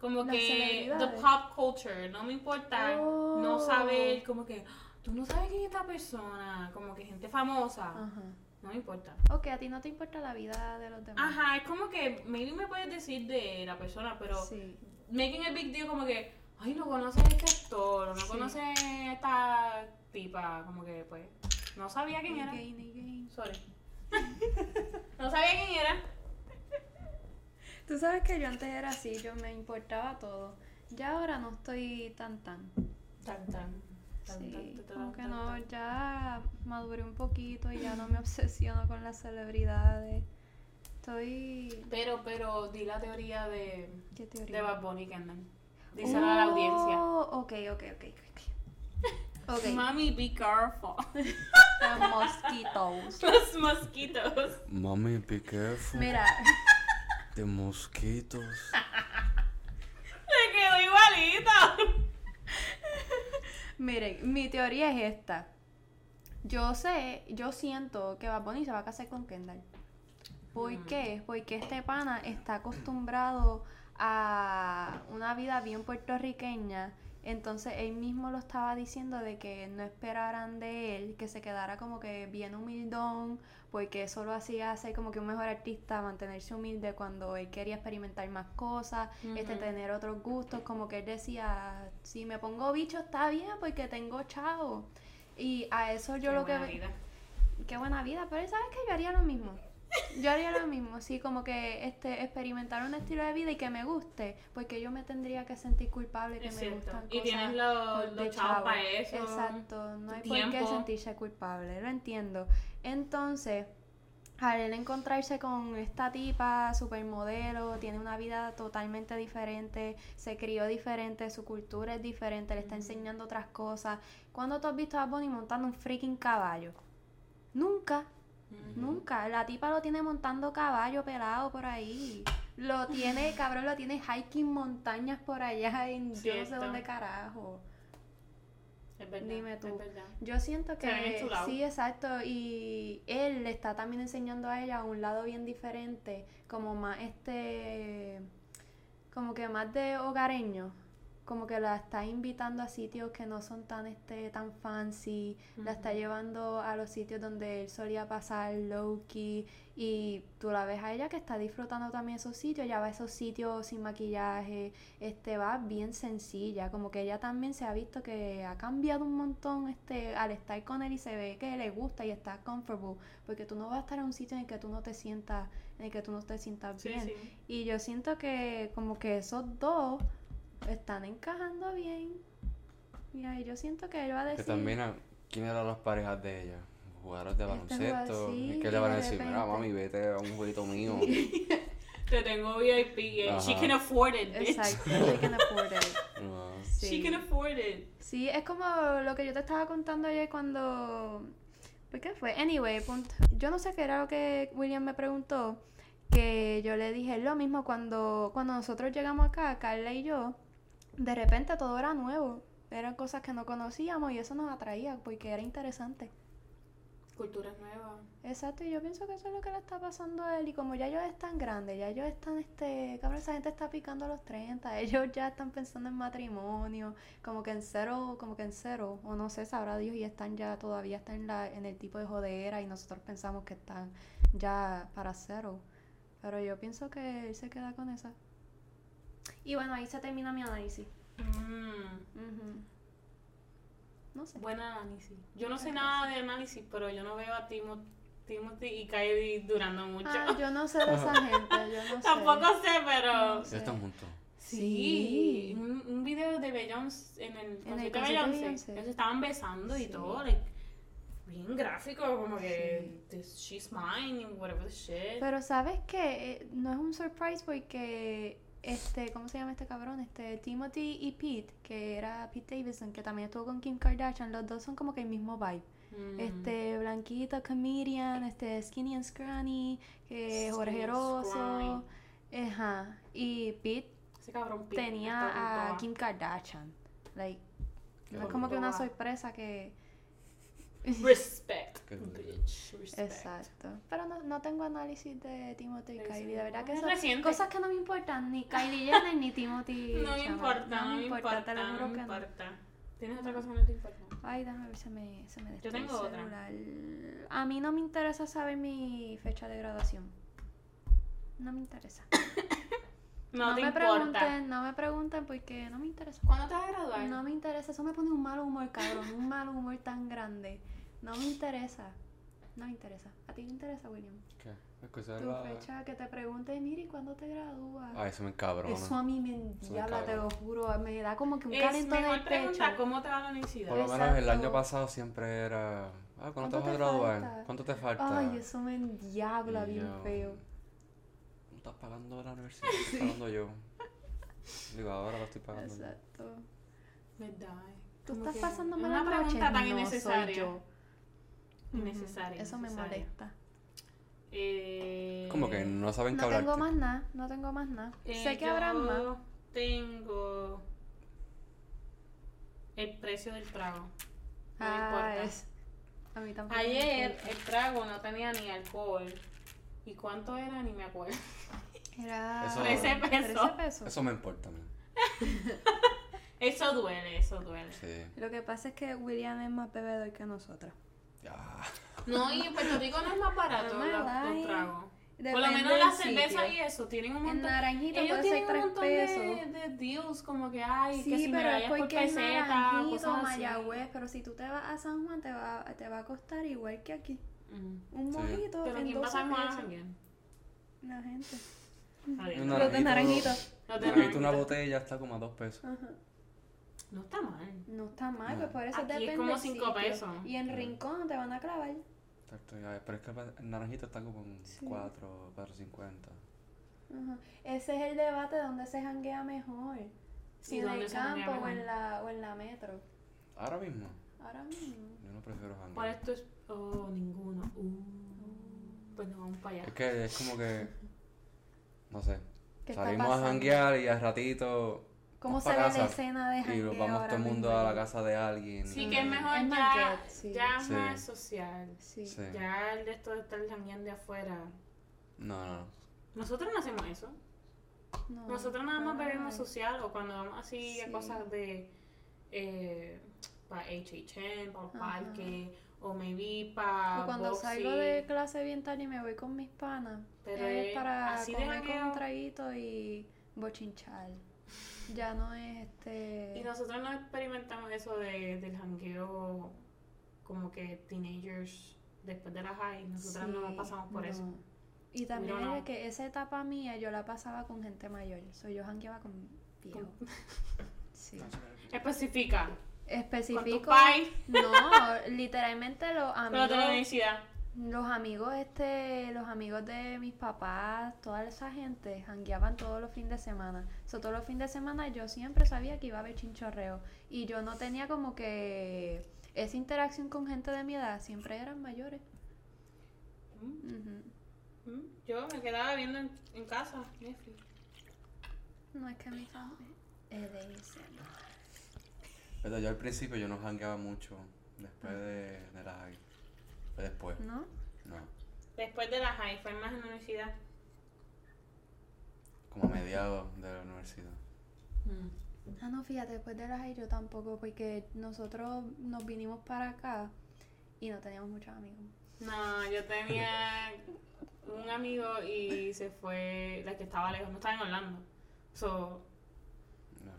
Speaker 1: Como
Speaker 3: Las
Speaker 1: que. The
Speaker 3: celebridades.
Speaker 1: pop culture. No me importa
Speaker 3: Oh.
Speaker 1: no saber. Como que. "Ah, Tú no sabes quién es esta persona. Como que gente famosa.
Speaker 3: Ajá.
Speaker 1: No me importa.
Speaker 3: Ok, a ti no te importa la vida de los demás.
Speaker 1: Ajá, es como que. Maybe me puedes decir de la persona, pero.
Speaker 3: Sí.
Speaker 1: Making a big deal, como que. Ay, no conoces a este actor. o No
Speaker 3: Sí.
Speaker 1: conoces a esta tipa. Como que, pues. No sabía quién era.
Speaker 3: Again, again.
Speaker 1: Sorry. [LAUGHS] no sabía quién era.
Speaker 3: Tú sabes que yo antes era así, yo me importaba todo. Ya ahora no estoy tan tan.
Speaker 1: Tan, tan. tan,
Speaker 3: Sí,
Speaker 1: tan, tan,
Speaker 3: como que
Speaker 1: tan,
Speaker 3: no,
Speaker 1: tan.
Speaker 3: ya maduré un poquito y ya no me [LAUGHS] obsesiono con las celebridades. Estoy...
Speaker 1: Pero, pero, di la teoría de,
Speaker 3: ¿Qué teoría?
Speaker 1: de Bad Bunny Kendall. Díselo a la
Speaker 3: Oh,
Speaker 1: audiencia.
Speaker 3: Ok, ok, ok,
Speaker 1: [LAUGHS]
Speaker 3: ok. Oh, Ok, Ok,
Speaker 1: Mami, be careful. [LAUGHS]
Speaker 3: the mosquitos.
Speaker 1: Los mosquitos. [LAUGHS]
Speaker 4: Mami, be careful.
Speaker 3: Mira, Ah,
Speaker 4: De mosquitos.
Speaker 1: Se quedó igualito.
Speaker 3: miren, mi teoría es esta. Yo sé, yo siento que Bad Bunny se va a casar con Kendall. ¿Por qué? Porque este pana está acostumbrado a una vida bien puertorriqueña. Entonces él mismo lo estaba diciendo de que no esperaran de él, que se quedara como que bien humildón, porque eso lo hacía ser como que un mejor artista, mantenerse humilde cuando él quería experimentar más cosas, este,
Speaker 1: Ujú.
Speaker 3: tener otros gustos, como que él decía, si me pongo bicho está bien porque tengo chavo. Y a eso yo
Speaker 1: Qué
Speaker 3: lo que...
Speaker 1: buena vida.
Speaker 3: Qué buena vida, pero sabes que yo haría lo mismo. Yo haría lo mismo, sí, como que este experimentar un estilo de vida y que me guste, porque yo me tendría que sentir culpable que
Speaker 1: Es
Speaker 3: me
Speaker 1: cierto.
Speaker 3: gustan
Speaker 1: Y
Speaker 3: cosas
Speaker 1: tienes lo-
Speaker 3: por-
Speaker 1: los
Speaker 3: de
Speaker 1: chavos
Speaker 3: chavo.
Speaker 1: para eso,
Speaker 3: Exacto, no
Speaker 1: tu
Speaker 3: hay por qué
Speaker 1: tiempo.
Speaker 3: sentirse culpable, lo entiendo. Entonces, al él encontrarse con esta tipa supermodelo, tiene una vida totalmente diferente, se crió diferente, su cultura es diferente, le está enseñando otras cosas. ¿Cuándo tú has visto a Bonnie montando un freaking caballo? Nunca, nunca. La tipa lo tiene montando caballo pelado por ahí. Lo tiene,
Speaker 1: [LAUGHS]
Speaker 3: cabrón, lo tiene hiking montañas por allá en
Speaker 1: Sí,
Speaker 3: yo no sé
Speaker 1: está.
Speaker 3: dónde carajo.
Speaker 1: Es verdad.
Speaker 3: Dime tú.
Speaker 1: Es verdad.
Speaker 3: Yo siento
Speaker 1: Se ven en
Speaker 3: que
Speaker 1: su lado.
Speaker 3: sí, exacto. Y él le está también enseñando a ella un lado bien diferente, como más este, como que más de hogareño. Como que la está invitando a sitios que no son tan este tan fancy, la está
Speaker 1: Ujú.
Speaker 3: llevando a los sitios donde él solía pasar low key y tú la ves a ella que está disfrutando también esos sitios, ya va a esos sitios sin maquillaje, este va bien sencilla, como que ella también se ha visto que ha cambiado un montón este al estar con él y se ve que le gusta y está comfortable, porque tú no vas a estar en un sitio en el que tú no te sientas, en el que tú no te sientas
Speaker 1: Sí,
Speaker 3: bien.
Speaker 1: sí.
Speaker 3: Y yo siento que como que esos dos están encajando bien. Y ahí yo siento que él va a
Speaker 4: Que
Speaker 3: decir
Speaker 4: también, ah, ¿quién eran las parejas de ella? Jugadores de
Speaker 3: Este
Speaker 4: baloncesto.
Speaker 3: jugador, sí,
Speaker 4: ¿Y qué le van a
Speaker 3: de
Speaker 4: decir? Mira,
Speaker 3: repente.
Speaker 4: mami, vete a un jueguito
Speaker 3: [LAUGHS]
Speaker 4: mío.
Speaker 1: Te tengo VIP. eh.
Speaker 4: Ajá.
Speaker 1: She can afford it, bitch.
Speaker 3: Exacto, they can afford it.
Speaker 4: No.
Speaker 3: Sí.
Speaker 1: [LAUGHS] She can afford it.
Speaker 3: Sí, es como lo que yo te estaba contando ayer cuando... ¿Por qué fue? Anyway, punto. yo no sé qué era lo que William me preguntó, que yo le dije lo mismo cuando, cuando nosotros llegamos acá, Carla y yo, de repente todo era nuevo, eran cosas que no conocíamos y eso nos atraía porque era interesante.
Speaker 1: Culturas nuevas.
Speaker 3: Exacto, y yo pienso que eso es lo que le está pasando a él. Y como ya ellos están grandes, ya ellos están, este, cabrón, esa gente está picando a los 30, [LAUGHS] ellos ya están pensando en matrimonio, como que en cero, como que en cero, o no sé, sabrá Dios, y están ya, todavía están en, la, en el tipo de jodera y nosotros pensamos que están ya para cero. Pero yo pienso que él se queda con esa. Y bueno, ahí se termina mi análisis.
Speaker 1: Mm.
Speaker 3: Ujú. No sé.
Speaker 1: Buena análisis. Yo no sé nada de análisis, pero yo no veo a Timo- Timothy y Kylie durando mucho. [LAUGHS]
Speaker 3: Ah, yo no sé de esa gente, yo no sé.
Speaker 1: Tampoco sé, pero.
Speaker 3: Sí.
Speaker 4: Ya están juntos.
Speaker 1: Sí, un, un video de Beyoncé en el concierto de
Speaker 3: concierto de
Speaker 1: Beyoncé.
Speaker 3: Beyoncé.
Speaker 1: Ellos estaban besando y
Speaker 3: Sí.
Speaker 1: todo, like, bien gráfico, como que this- she's mine y whatever the shit.
Speaker 3: Pero sabes que no es un surprise porque este, ¿cómo se llama este cabrón? Este Timothy y Pete, que era Pete Davidson, que también estuvo con Kim Kardashian, los dos son como que el mismo vibe.
Speaker 1: Mm.
Speaker 3: Este, blanquito, comedian, este skinny and scrawny, que es
Speaker 1: Skinny and
Speaker 3: orejeroso. Ajá. Y Pete
Speaker 1: ese cabrón Pete, está
Speaker 3: tenía
Speaker 1: con
Speaker 3: a
Speaker 1: toda.
Speaker 3: Kim [LAUGHS] Kardashian. Like,
Speaker 4: Qué
Speaker 3: no es como que una
Speaker 1: brutal.
Speaker 3: sorpresa que
Speaker 1: Respect,
Speaker 4: Qué duro.
Speaker 1: bitch, respect.
Speaker 3: Exacto. Pero no, no tengo análisis de Timothy y
Speaker 1: Eso
Speaker 3: Kylie. De verdad que
Speaker 1: es
Speaker 3: son
Speaker 1: reciente.
Speaker 3: cosas que no me importan. Ni Kylie Jenner ni
Speaker 1: [LAUGHS]
Speaker 3: Timothy.
Speaker 1: No me
Speaker 3: Chalamet.
Speaker 1: importa, no me importa,
Speaker 3: te lo
Speaker 1: no
Speaker 3: juro
Speaker 1: me
Speaker 3: que no.
Speaker 1: importa. ¿Tienes otra cosa que no te importa?
Speaker 3: Ay, déjame ver, se me, se me
Speaker 1: Yo
Speaker 3: destruyó
Speaker 1: tengo
Speaker 3: el
Speaker 1: otra.
Speaker 3: celular. A mí no me interesa saber mi fecha de graduación. No me interesa.
Speaker 1: No, te
Speaker 3: me
Speaker 1: importa.
Speaker 3: pregunten, no me pregunten porque no me interesa.
Speaker 1: ¿Cuándo te vas a graduar?
Speaker 3: No me interesa. Eso me pone un mal humor, cabrón. Un mal humor tan grande. No me interesa. No me interesa. ¿A ti te interesa, William?
Speaker 4: ¿Qué? Escuchar
Speaker 3: Tu
Speaker 4: la-
Speaker 3: fecha que te pregunte, mire, ¿y cuándo te gradúas?
Speaker 4: Ah, eso me encabrona.
Speaker 3: Eso a mí me
Speaker 4: me
Speaker 3: endiabla, te
Speaker 4: cabrón.
Speaker 3: lo juro. Me da como que un
Speaker 1: es
Speaker 3: calentón en
Speaker 1: mejor
Speaker 3: el pecho.
Speaker 1: pregunta cómo te va la universidad.
Speaker 4: Por lo menos el año
Speaker 3: Exacto.
Speaker 4: pasado siempre era. Ah, ¿cuándo
Speaker 3: ¿Cuánto
Speaker 4: te vas a
Speaker 3: te
Speaker 4: graduar?
Speaker 3: falta?
Speaker 4: ¿Cuánto te falta?
Speaker 3: Ay, eso me endiabla
Speaker 4: Y
Speaker 3: bien
Speaker 4: yo,
Speaker 3: feo.
Speaker 4: No estás pagando la universidad,
Speaker 3: [LAUGHS]
Speaker 4: lo estoy pagando yo. Digo, ahora lo estoy pagando. yo.
Speaker 3: Exacto.
Speaker 1: ¿Verdad?
Speaker 3: Tú
Speaker 1: Como
Speaker 3: estás
Speaker 1: que
Speaker 3: pasando
Speaker 1: es
Speaker 3: mal
Speaker 1: Una pregunta tan
Speaker 3: innecesaria.
Speaker 1: innecesaria. Innecesaria.
Speaker 3: Eso me
Speaker 1: innecesaria.
Speaker 3: molesta.
Speaker 1: Eh,
Speaker 4: Como que no saben qué
Speaker 3: No tengo
Speaker 4: hablarte.
Speaker 3: más nada, no tengo más nada.
Speaker 1: eh,
Speaker 3: sé que
Speaker 1: yo
Speaker 3: habrá más.
Speaker 1: Tengo. El precio del trago. No me
Speaker 3: Ah,
Speaker 1: importa.
Speaker 3: es- A mí tampoco. me
Speaker 1: Ayer eh,
Speaker 3: importa.
Speaker 1: el trago no tenía ni alcohol. ¿Y cuánto era? Ni me acuerdo. [LAUGHS]
Speaker 3: Era
Speaker 4: Eso-
Speaker 1: 13 pesos.
Speaker 3: 13 pesos.
Speaker 4: Eso me importa a mí.
Speaker 1: Eso duele, eso duele.
Speaker 4: Sí.
Speaker 3: Lo que pasa es que William es más bebedor que nosotros.
Speaker 4: Ah,
Speaker 1: No, y en Puerto Rico no es más
Speaker 3: [LAUGHS]
Speaker 1: barato
Speaker 3: Mamá,
Speaker 1: la- los,
Speaker 3: ay.
Speaker 1: tragos. Por lo
Speaker 3: Depende
Speaker 1: menos
Speaker 3: del
Speaker 1: las cervezas
Speaker 3: sitio.
Speaker 1: y eso tienen un
Speaker 3: En
Speaker 1: montón.
Speaker 3: naranjito
Speaker 1: ellos
Speaker 3: puede
Speaker 1: tienen
Speaker 3: ser
Speaker 1: un
Speaker 3: tres
Speaker 1: montón
Speaker 3: pesos.
Speaker 1: de, de deals como que hay que
Speaker 3: Sí,
Speaker 1: si
Speaker 3: pero
Speaker 1: me
Speaker 3: es
Speaker 1: vayas por
Speaker 3: porque es
Speaker 1: peseta,
Speaker 3: naranjito,
Speaker 1: cosas así.
Speaker 3: Mayagüez, pero si tú te vas a San Juan te va, te va a costar igual que aquí.
Speaker 1: Ujú.
Speaker 3: Un
Speaker 4: Sí.
Speaker 3: mojito
Speaker 1: Pero
Speaker 3: en
Speaker 1: ¿quién
Speaker 3: 12
Speaker 1: pasa más?
Speaker 3: pesos. La gente.
Speaker 1: Adiós.
Speaker 4: un
Speaker 3: Los de naranjito.
Speaker 1: Los de
Speaker 4: naranjito, una
Speaker 1: naranjito.
Speaker 4: botella está como a dos pesos.
Speaker 3: Ajá.
Speaker 1: No está mal.
Speaker 3: No está mal,
Speaker 4: No.
Speaker 3: pues por eso
Speaker 1: Aquí es
Speaker 3: depende
Speaker 1: como
Speaker 3: del
Speaker 1: cinco
Speaker 3: sitio.
Speaker 1: pesos.
Speaker 3: Y en
Speaker 4: Mm.
Speaker 3: Rincón te van a clavar.
Speaker 4: Exacto, ya, Pero es que el naranjito está como en
Speaker 3: Sí.
Speaker 4: 4, 4.50.
Speaker 3: Ajá. Ese es el debate de dónde se janguea mejor. Si
Speaker 1: ¿Y
Speaker 3: en
Speaker 1: dónde
Speaker 3: el
Speaker 1: se janguea
Speaker 3: campo o
Speaker 1: mejor?
Speaker 3: en, la, o en la metro.
Speaker 4: Ahora mismo,
Speaker 3: Ahora mismo.
Speaker 4: yo no prefiero jangueo.
Speaker 1: ¿Cuál es tu es- Oh, ninguno. Uh. Pues nos vamos para allá.
Speaker 4: Es que es como que. No sé.
Speaker 3: ¿Qué está
Speaker 4: Salimos a
Speaker 3: pasando?
Speaker 4: janguear y al ratito.
Speaker 3: ¿Cómo
Speaker 4: vamos
Speaker 3: se
Speaker 4: pa'
Speaker 3: ve la
Speaker 4: casa.
Speaker 3: escena de
Speaker 4: Y
Speaker 3: jangueo
Speaker 4: nos vamos todo
Speaker 3: ahora
Speaker 4: el mundo
Speaker 3: mismo?
Speaker 4: a la casa de alguien.
Speaker 1: Sí,
Speaker 4: y-
Speaker 1: que es mejor
Speaker 3: Es
Speaker 1: ya,
Speaker 3: market, sí.
Speaker 1: ya
Speaker 4: Sí.
Speaker 1: más social.
Speaker 3: Sí.
Speaker 4: Sí.
Speaker 1: Ya el de esto de estar jangueando afuera.
Speaker 4: No, no.
Speaker 1: Nosotros no hacemos eso.
Speaker 3: No,
Speaker 1: Nosotros nada más
Speaker 3: para
Speaker 1: bebemos
Speaker 3: nada.
Speaker 1: social o cuando vamos así a
Speaker 3: Ah, Sí.
Speaker 1: cosas de. Eh, para HHM, para los
Speaker 3: Ajá.
Speaker 1: parques, o maybe para.
Speaker 3: O cuando
Speaker 1: boxing.
Speaker 3: salgo de clase bien tarde y me voy con mis panas,
Speaker 1: Pero
Speaker 3: es
Speaker 1: es
Speaker 3: para
Speaker 1: así de
Speaker 3: comer con
Speaker 1: jangueo.
Speaker 3: un traguito y bochinchar. Ya no es este.
Speaker 1: Y nosotros no experimentamos eso de, del jangueo como que teenagers después de la high. Nosotras
Speaker 3: Sí,
Speaker 1: no pasamos por
Speaker 3: no.
Speaker 1: eso.
Speaker 3: Y también
Speaker 1: no.
Speaker 3: es que esa etapa mía yo la pasaba con gente mayor. Soy yo jangueaba con
Speaker 1: [LAUGHS]
Speaker 3: viejos. Sí.
Speaker 1: Especifica. Con tu
Speaker 3: Específico.
Speaker 1: pai.
Speaker 3: No, literalmente los
Speaker 1: Pero de la
Speaker 3: amigos.
Speaker 1: universidad.
Speaker 3: Los amigos, este, los amigos de mis papás, toda esa gente, jangueaban todos los fines de semana. So, todos los fines de semana yo siempre sabía que iba a haber chinchorreo. Y yo no tenía como que esa interacción con gente de mi edad, siempre eran mayores.
Speaker 1: Mm,
Speaker 3: Ujú.
Speaker 1: mm. Yo me quedaba viendo en, en casa Netflix.
Speaker 3: No es que mi familia es Eh, de ese, no.
Speaker 4: Pero yo al principio yo no jangueaba mucho después de, de la high. Fue Después,
Speaker 3: ¿No?
Speaker 4: no.
Speaker 1: Después de la high, fue más en la universidad.
Speaker 4: Como a mediados de la universidad.
Speaker 1: Mm.
Speaker 3: Ah, no, fíjate, después de las high yo tampoco, porque nosotros nos vinimos para acá y no teníamos muchos amigos.
Speaker 1: No, yo tenía un amigo y se fue, la que estaba lejos, no estaba en Orlando. So,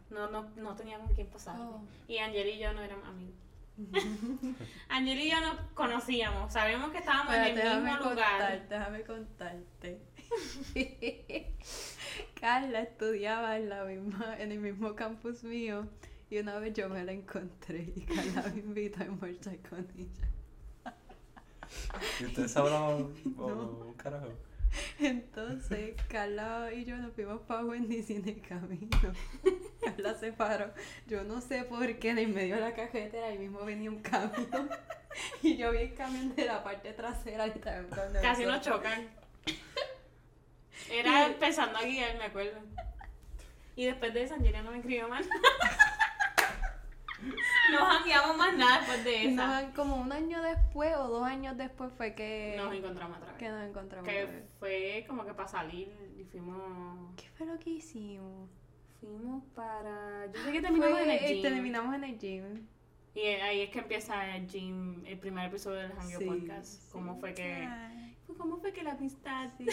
Speaker 4: No.
Speaker 1: no, no, no tenía con quién pasar.
Speaker 3: Oh.
Speaker 1: Y Angel y yo no éramos [LAUGHS] amigos. Angel y yo nos conocíamos, sabíamos que estábamos en el mismo lugar.
Speaker 3: déjame contarte. [LAUGHS] Carla estudiaba en, la misma, en el mismo campus mío y una vez yo me la encontré y Carla me invitó a almorzar con ella.
Speaker 4: ¿Y ustedes sabrán o
Speaker 3: No.
Speaker 4: un carajo?
Speaker 3: Entonces, Carla y yo nos fuimos para Wendy's y en el camino. Carla se paró. Yo no sé por qué, en el medio de la cajetera ahí mismo venía un camión. [LAUGHS] Y yo vi el camión de la parte trasera y también cuando
Speaker 1: Casi nos
Speaker 3: nosotros-
Speaker 1: [LAUGHS] chocan. Era empezando a guiar, me acuerdo. Y después de eso, Angel no me escribió más. [LAUGHS] No jangueamos más nada después de
Speaker 3: Nos
Speaker 1: esa.
Speaker 3: han- como un año después o dos años después fue que
Speaker 1: Nos encontramos otra vez.
Speaker 3: que nos encontramos. otra
Speaker 1: Que
Speaker 3: vez.
Speaker 1: fue como que para salir y fuimos.
Speaker 3: ¿Qué fue lo que hicimos?
Speaker 1: Fuimos para. Yo sé que terminamos
Speaker 3: Fue-
Speaker 1: en el
Speaker 3: eh,
Speaker 1: gym.
Speaker 3: terminamos en el gym.
Speaker 1: Y ahí es que empieza el gym, el primer episodio del Hangyo
Speaker 3: Sí,
Speaker 1: Podcast.
Speaker 3: sí.
Speaker 1: ¿Cómo fue que.?
Speaker 3: Ay,
Speaker 1: ¿Cómo fue que la amistad [LAUGHS]
Speaker 3: sí.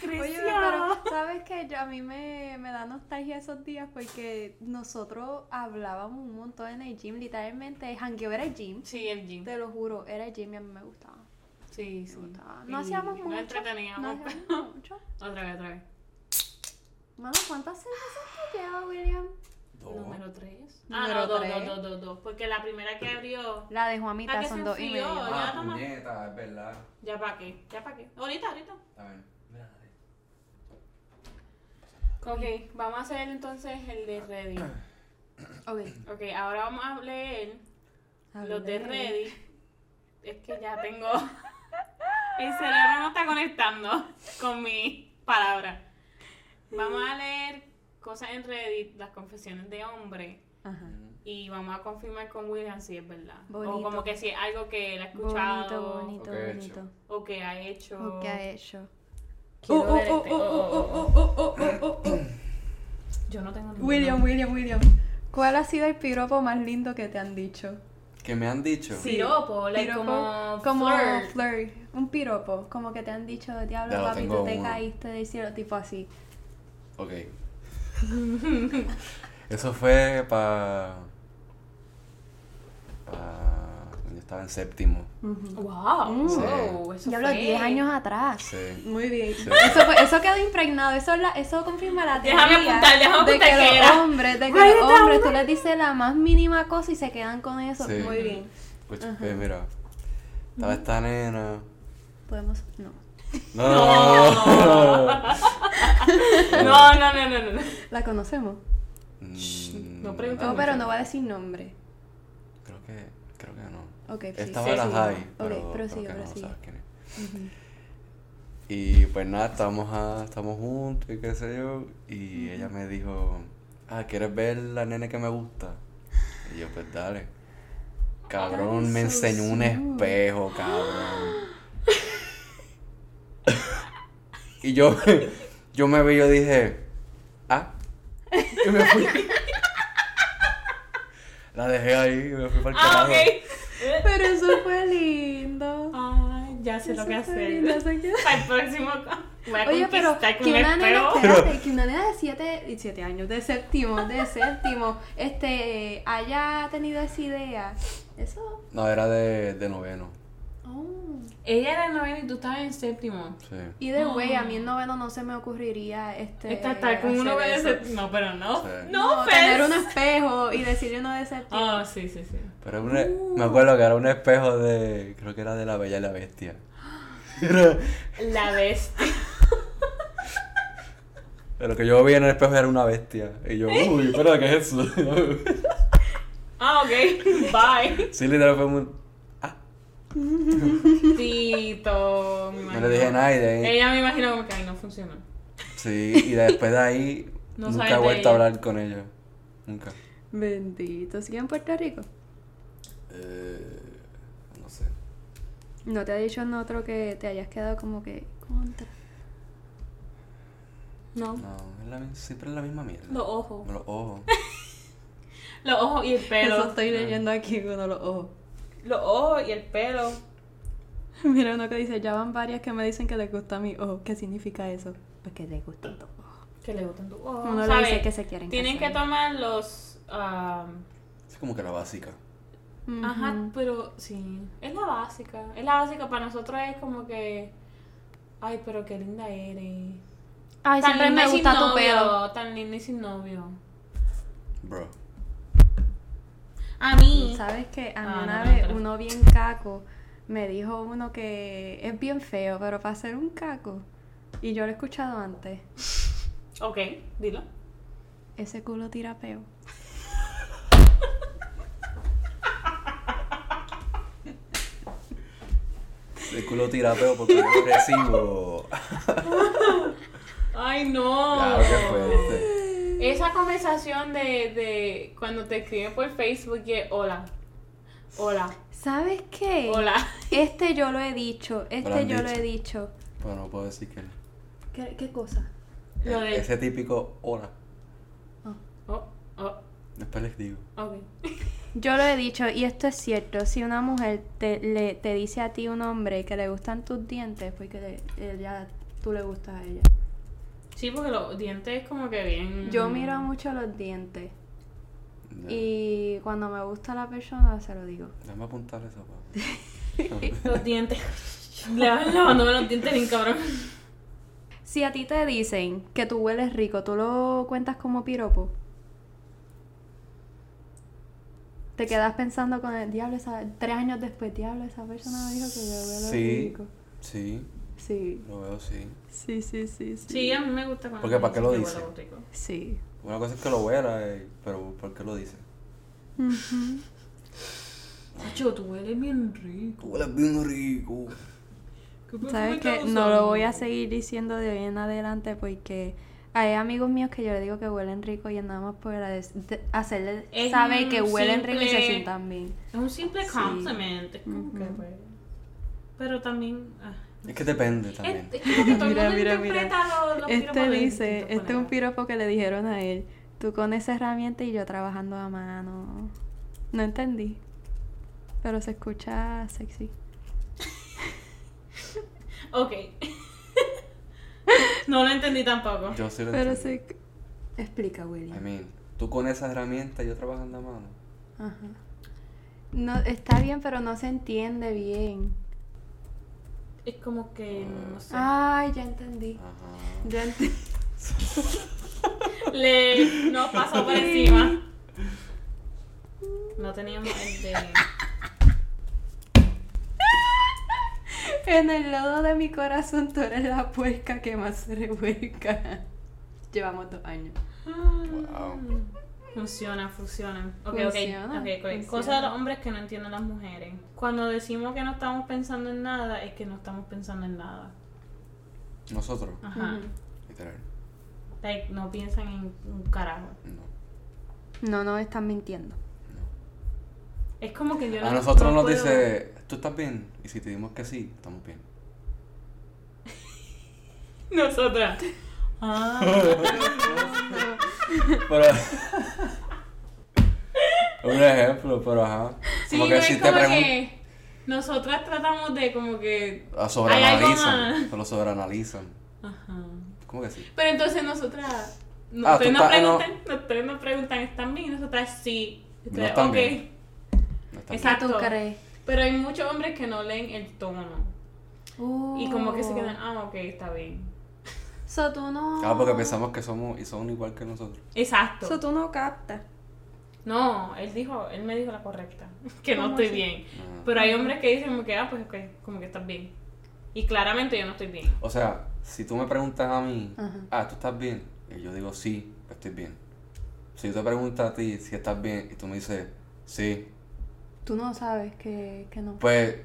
Speaker 1: creció?
Speaker 3: Oye, pero sabes que a mí me, me da nostalgia esos días porque nosotros hablábamos un montón en el gym, literalmente. Jangueo era el gym,
Speaker 1: Sí, el gym.
Speaker 3: te lo juro, era el gym y a mí me gustaba.
Speaker 1: Sí,
Speaker 3: Me
Speaker 1: sí.
Speaker 3: gustaba.
Speaker 1: Y
Speaker 3: No hacíamos mucho.
Speaker 1: No entreteníamos, [LAUGHS]
Speaker 3: no
Speaker 1: pero.
Speaker 3: hacíamos mucho.
Speaker 1: Otra vez, otra vez.
Speaker 3: Mano, ¿cuántas cervezas te lleva, William?
Speaker 4: Dos.
Speaker 1: Número 3. Ah,
Speaker 3: Número
Speaker 1: no, dos,
Speaker 3: tres.
Speaker 1: dos, dos, dos, dos. Porque la primera que abrió.
Speaker 3: La de
Speaker 1: La
Speaker 3: Juanita
Speaker 1: Ah, que
Speaker 3: son
Speaker 1: se
Speaker 3: dos y
Speaker 1: enfrió.
Speaker 3: medio.
Speaker 4: Ah,
Speaker 1: toma.
Speaker 4: puñeta, es verdad.
Speaker 1: ¿Ya para qué? ¿Ya para qué? Ahorita, ahorita.
Speaker 4: A ver, mira, dale.
Speaker 1: Ok, vamos a hacer entonces el de Ready.
Speaker 3: Ok.
Speaker 1: Ok, ahora vamos a leer los de Ready. Es que ya tengo.
Speaker 3: [LAUGHS]
Speaker 1: El cerebro no está conectando con mi palabra. Vamos a leer cosas en Reddit, las confesiones de hombre,
Speaker 3: Ajá.
Speaker 1: y vamos a confirmar con William si es verdad. O
Speaker 3: Bonito.
Speaker 1: como que si es algo que él ha escuchado
Speaker 3: Bonito, bonito,
Speaker 4: Ok, hecho.
Speaker 3: bonito.
Speaker 1: o que ha hecho.
Speaker 3: O que ha hecho.
Speaker 1: Quiero
Speaker 3: Oh, oh,
Speaker 1: ver este.
Speaker 3: oh,
Speaker 1: Oh, oh,
Speaker 3: oh, oh, oh, oh, oh, oh.
Speaker 1: oh. Yo no tengo ninguna.
Speaker 3: William, William, William. ¿Cuál ha sido el piropo más lindo que te han dicho?
Speaker 4: ¿Qué me han dicho?
Speaker 1: Sí. Piropo, like como
Speaker 3: como
Speaker 1: flirt.
Speaker 3: flirt. Un piropo, como que te han dicho, diablo,
Speaker 4: Ya lo
Speaker 3: papi, tú
Speaker 4: tengo
Speaker 3: te
Speaker 4: uno.
Speaker 3: caíste del cielo, tipo así.
Speaker 4: Ok. Eso fue para. para. Yo estaba en séptimo.
Speaker 1: Wow,
Speaker 3: Mm.
Speaker 1: wow, Pues eso
Speaker 3: Diablo,
Speaker 1: fue.
Speaker 3: 10 años atrás.
Speaker 4: Sí.
Speaker 3: Muy bien. Eso, fue- eso quedó impregnado, eso, la- eso confirma la teoría.
Speaker 1: Déjame apuntar, déjame
Speaker 3: de que
Speaker 1: apuntar que
Speaker 3: los
Speaker 1: era.
Speaker 3: hombres, de que
Speaker 1: Write it
Speaker 3: los hombres, tú les dices la más mínima cosa y se quedan con eso.
Speaker 4: Sí.
Speaker 3: Muy bien.
Speaker 4: Pues, eh, mira. Estaba esta nena.
Speaker 3: Podemos, no.
Speaker 4: No. [LAUGHS] No.
Speaker 1: No, no, no, no, no.
Speaker 3: [LAUGHS] La conocemos.
Speaker 4: Mm,
Speaker 1: no preguntes.
Speaker 3: Oh, pero no va a decir nombre.
Speaker 4: Creo que. Creo que no.
Speaker 3: Ok, sí.
Speaker 4: Estaba en la
Speaker 1: sí, sí, no.
Speaker 4: high.
Speaker 3: Ok,
Speaker 4: Pero,
Speaker 3: prosigue,
Speaker 4: creo que no
Speaker 3: prosigue.
Speaker 4: sabes quién es. Y pues nada, estamos, a- estamos juntos y qué sé yo. Y ella me dijo, ah, ¿quieres ver la nene que me gusta? Y yo, pues dale. Cabrón, me
Speaker 3: so
Speaker 4: enseñó un
Speaker 3: cute.
Speaker 4: espejo, cabrón.
Speaker 3: [GASPS]
Speaker 4: y yo, yo me vi, yo dije, ah. Y me
Speaker 3: [LAUGHS]
Speaker 4: fui. la dejé ahí y me fui para el
Speaker 1: Ah, [LAUGHS]
Speaker 4: carajo.
Speaker 1: ok.
Speaker 3: Pero eso fue lindo.
Speaker 1: Ah, ya sé lo que
Speaker 3: Eso fue
Speaker 1: [LAUGHS]
Speaker 3: lindo,
Speaker 1: hacer.
Speaker 3: eso que-
Speaker 1: Para el próximo. co- Voy a
Speaker 3: Oye, pero
Speaker 1: conquistar con
Speaker 3: que
Speaker 1: un
Speaker 3: una nena,
Speaker 1: espejo.
Speaker 3: espérate, que una nena de 7 siete, siete años, de séptimo, de séptimo, este, haya tenido esa idea. Eso,
Speaker 4: No, era de, de noveno.
Speaker 3: oh.
Speaker 1: [LAUGHS] Ella era novena y tú estabas en séptimo.
Speaker 4: Sí.
Speaker 3: Y de
Speaker 1: Oh.
Speaker 3: güey, a mí en noveno no se me ocurriría este.
Speaker 1: Esta está con uno
Speaker 3: hacer
Speaker 1: de
Speaker 3: eso.
Speaker 1: séptimo. No, pero no.
Speaker 4: Sí.
Speaker 1: No,
Speaker 3: No,
Speaker 1: Fez.
Speaker 3: tener un espejo y decirle uno de séptimo.
Speaker 1: Ah, sí, sí, sí.
Speaker 4: Pero era un- e, me acuerdo que era un espejo de. Creo que era de la Bella y la Bestia. Era-
Speaker 1: La bestia.
Speaker 4: pero lo que yo vi en el espejo era una bestia. Y yo, uy, pero ¿qué es eso? [LAUGHS]
Speaker 1: Ah, ok. [LAUGHS] Bye.
Speaker 4: sí, literal fue muy. Ah,
Speaker 1: Tito. me
Speaker 4: no
Speaker 1: imagino.
Speaker 4: le dije nada y de ahí.
Speaker 1: Ella me imagino como que ay, no funcionó.
Speaker 4: Sí, y después de ahí.
Speaker 1: [LAUGHS] No
Speaker 4: nunca he
Speaker 1: sabes de
Speaker 4: vuelto a
Speaker 1: ella.
Speaker 4: hablar con ella. Nunca.
Speaker 3: Bendito, ¿sigue en Puerto Rico?
Speaker 4: Eh, no sé.
Speaker 3: ¿No te ha dicho en otro que te hayas quedado como que contra?
Speaker 1: No.
Speaker 4: No, es la mi- siempre es la misma mierda.
Speaker 1: Los ojos.
Speaker 4: Los ojos.
Speaker 1: Los ojos y el
Speaker 3: Eso
Speaker 1: pelo.
Speaker 3: estoy leyendo aquí con los ojos.
Speaker 1: Los ojos y el pelo.
Speaker 3: [LAUGHS] Mira uno que dice, ya van varias que me dicen que les gusta mi ojo. ¿Qué significa eso? Pues que les gusta tu ojo.
Speaker 1: Que le gustan tus ojos.
Speaker 3: Uno le
Speaker 1: ¿Sabes?
Speaker 3: dice que se quieren
Speaker 1: Tienen que
Speaker 3: casar.
Speaker 1: tomar los. ah, am,
Speaker 4: Es como que la básica.
Speaker 3: Ujú.
Speaker 1: Ajá, pero sí. Es la básica. Es la básica para nosotros es como que. Ay, pero qué linda eres.
Speaker 3: Ay, siempre
Speaker 1: linda
Speaker 3: me
Speaker 1: y sin
Speaker 3: gusta tu
Speaker 1: novio,
Speaker 3: pelo.
Speaker 1: Tan linda y sin novio.
Speaker 4: Bro.
Speaker 1: A mí.
Speaker 3: ¿Sabes qué? A mí
Speaker 1: Ah, no,
Speaker 3: una
Speaker 1: no,
Speaker 3: vez
Speaker 1: no.
Speaker 3: uno bien caco me dijo uno que es bien feo, pero para ser un caco. Y yo lo he escuchado antes.
Speaker 1: Ok, dilo.
Speaker 3: Ese culo tira peo.
Speaker 4: El culo tira peo porque yo
Speaker 1: [LAUGHS]
Speaker 4: recibo.
Speaker 1: Ay, no.
Speaker 4: Claro que fuerte.
Speaker 1: Esa conversación de, de cuando te escriben por Facebook que hola. Hola.
Speaker 3: ¿Sabes qué?
Speaker 1: Hola.
Speaker 3: Este yo lo he dicho,
Speaker 4: lo
Speaker 3: este
Speaker 4: han
Speaker 3: yo lo
Speaker 4: dicho.
Speaker 3: he dicho.
Speaker 4: Bueno, puedo decir que
Speaker 3: ¿Qué, qué cosa?
Speaker 1: Lo
Speaker 4: el-
Speaker 1: de-
Speaker 4: ese típico hola.
Speaker 1: Oh, oh,
Speaker 4: Después les digo.
Speaker 1: ok.
Speaker 3: Yo lo he dicho y esto es cierto. Si una mujer te, le, te dice a ti un hombre que le gustan tus dientes, pues que le- ella, tú le gustas a ella.
Speaker 1: Sí, porque los dientes como que bien.
Speaker 3: Yo miro mucho los dientes
Speaker 4: Mm. Ya.
Speaker 3: y cuando me gusta la persona se lo digo.
Speaker 4: Déjame apuntar eso, papá.
Speaker 1: Los dientes. [LAUGHS] Le van lavándome los dientes bien cabrón.
Speaker 3: Si a ti te dicen que tú hueles rico, ¿tú lo cuentas como piropo? Te quedas pensando con el diablo, esa- tres años después, diablo, esa persona me dijo que yo huelo
Speaker 4: Sí,
Speaker 3: rico.
Speaker 4: sí,
Speaker 3: Sí,
Speaker 4: lo veo, sí.
Speaker 3: sí, sí, sí, sí.
Speaker 1: Sí, a mí me gusta cuando.
Speaker 4: Porque, ¿para qué lo
Speaker 1: dicen que
Speaker 4: dice?
Speaker 1: huelo rico.
Speaker 3: Sí.
Speaker 4: Una cosa es que lo huela, eh, pero ¿por qué lo dice?
Speaker 3: Ujú.
Speaker 1: Nacho, tú hueles bien rico.
Speaker 4: Hueles bien rico.
Speaker 1: perfume
Speaker 3: Sabes
Speaker 1: estás
Speaker 3: que no lo voy a
Speaker 1: usando?
Speaker 3: seguir diciendo de hoy en adelante porque hay amigos míos que yo le digo que huelen rico y es nada más por ades- de- hacerle
Speaker 1: Es
Speaker 3: saber
Speaker 1: un
Speaker 3: que huelen rico y se
Speaker 1: simple-
Speaker 3: sientan bien.
Speaker 1: Es un simple
Speaker 3: Sí.
Speaker 1: compliment. Es como que,
Speaker 3: Ujú.
Speaker 1: pues, Pero también. ah.
Speaker 4: Es que depende
Speaker 1: Es,
Speaker 4: también.
Speaker 1: es como que todo
Speaker 3: [LAUGHS] Mira,
Speaker 1: el mundo
Speaker 3: mira,
Speaker 1: interpreta los, los
Speaker 3: Este
Speaker 1: piropos de
Speaker 3: dice,
Speaker 1: distintas
Speaker 3: este es un
Speaker 1: maneras.
Speaker 3: piropo que le dijeron a él, tú con esa herramienta y yo trabajando a mano. No entendí, pero se escucha sexy.
Speaker 1: Ok. [LAUGHS] no lo entendí tampoco.
Speaker 4: Yo sí lo
Speaker 3: Pero
Speaker 4: entiendo.
Speaker 3: se... Explica, William.
Speaker 4: I mean, tú con esa herramienta yo trabajo en la mano.
Speaker 3: Ajá. No, está bien, pero no se entiende bien.
Speaker 1: Es como que. No sé.
Speaker 3: Ay, ya entendí.
Speaker 4: Ajá.
Speaker 3: Ya entendí.
Speaker 1: Le. No pasó por encima. No teníamos el de.
Speaker 3: En el lodo de mi corazón tú eres la puerca que más se revuelca. Llevamos dos años.
Speaker 1: Ah. Funciona, funciona. Ok, ok,
Speaker 3: Funciona,
Speaker 1: ok, ok.
Speaker 3: funciona.
Speaker 1: Cosa de los hombres que no entienden las mujeres. Cuando decimos que no estamos pensando en nada, es que no estamos pensando en nada.
Speaker 4: Nosotros,
Speaker 1: Ajá.
Speaker 3: Ujú.
Speaker 4: literal.
Speaker 1: Like, no piensan en un carajo.
Speaker 4: No,
Speaker 3: No, no, están mintiendo.
Speaker 4: no.
Speaker 1: Es como que yo no.
Speaker 4: A nosotros
Speaker 1: no
Speaker 4: nos
Speaker 1: puedo-
Speaker 4: dice, ¿tú estás bien? Y si te dimos que sí, estamos bien. [LAUGHS]
Speaker 1: Nosotras. Ah.
Speaker 4: Pero. [LAUGHS] un ejemplo, pero ajá.
Speaker 1: Sí,
Speaker 4: como
Speaker 1: no
Speaker 4: que
Speaker 1: es
Speaker 4: si te
Speaker 1: como
Speaker 4: preguntan.
Speaker 1: que nosotras tratamos de como que...
Speaker 4: Lo
Speaker 1: Hay algo
Speaker 4: sobreanalizan.
Speaker 1: más.
Speaker 4: Te lo sobreanalizan.
Speaker 1: Ajá.
Speaker 4: ¿Cómo que sí?
Speaker 1: Pero entonces nosotras... No,
Speaker 4: Ah,
Speaker 1: ustedes
Speaker 4: tú
Speaker 1: nos
Speaker 4: estás- no.
Speaker 1: preguntan, no, ustedes nos preguntan, ¿están bien? Y nosotras sí.
Speaker 4: No
Speaker 1: Ustedes,
Speaker 4: están
Speaker 1: ok.
Speaker 4: bien. No está bien.
Speaker 1: Exacto.
Speaker 3: ¿Tú crees?
Speaker 1: Pero hay muchos hombres que no leen el tono. Y como que se
Speaker 3: Uh.
Speaker 1: quedan, ah, ok, está bien.
Speaker 3: So, tú no.
Speaker 4: Ah, porque pensamos que somos y son igual que nosotros.
Speaker 1: Exacto.
Speaker 3: So, tú no captas.
Speaker 1: No, él dijo, él me dijo la correcta, [LAUGHS] que no
Speaker 3: ¿Cómo
Speaker 1: estoy
Speaker 3: así?
Speaker 1: bien.
Speaker 4: Ajá.
Speaker 1: Pero hay hombres que dicen como que, ah, pues ok, como que estás bien. Y claramente yo no estoy bien.
Speaker 4: O sea, si tú me preguntas a mí,
Speaker 3: Ajá.
Speaker 4: ah, ¿tú estás bien? Y yo digo, sí, estoy bien. Si yo te pregunto a ti si estás bien y tú me dices, sí,
Speaker 3: Tú no sabes que, que no.
Speaker 4: pues.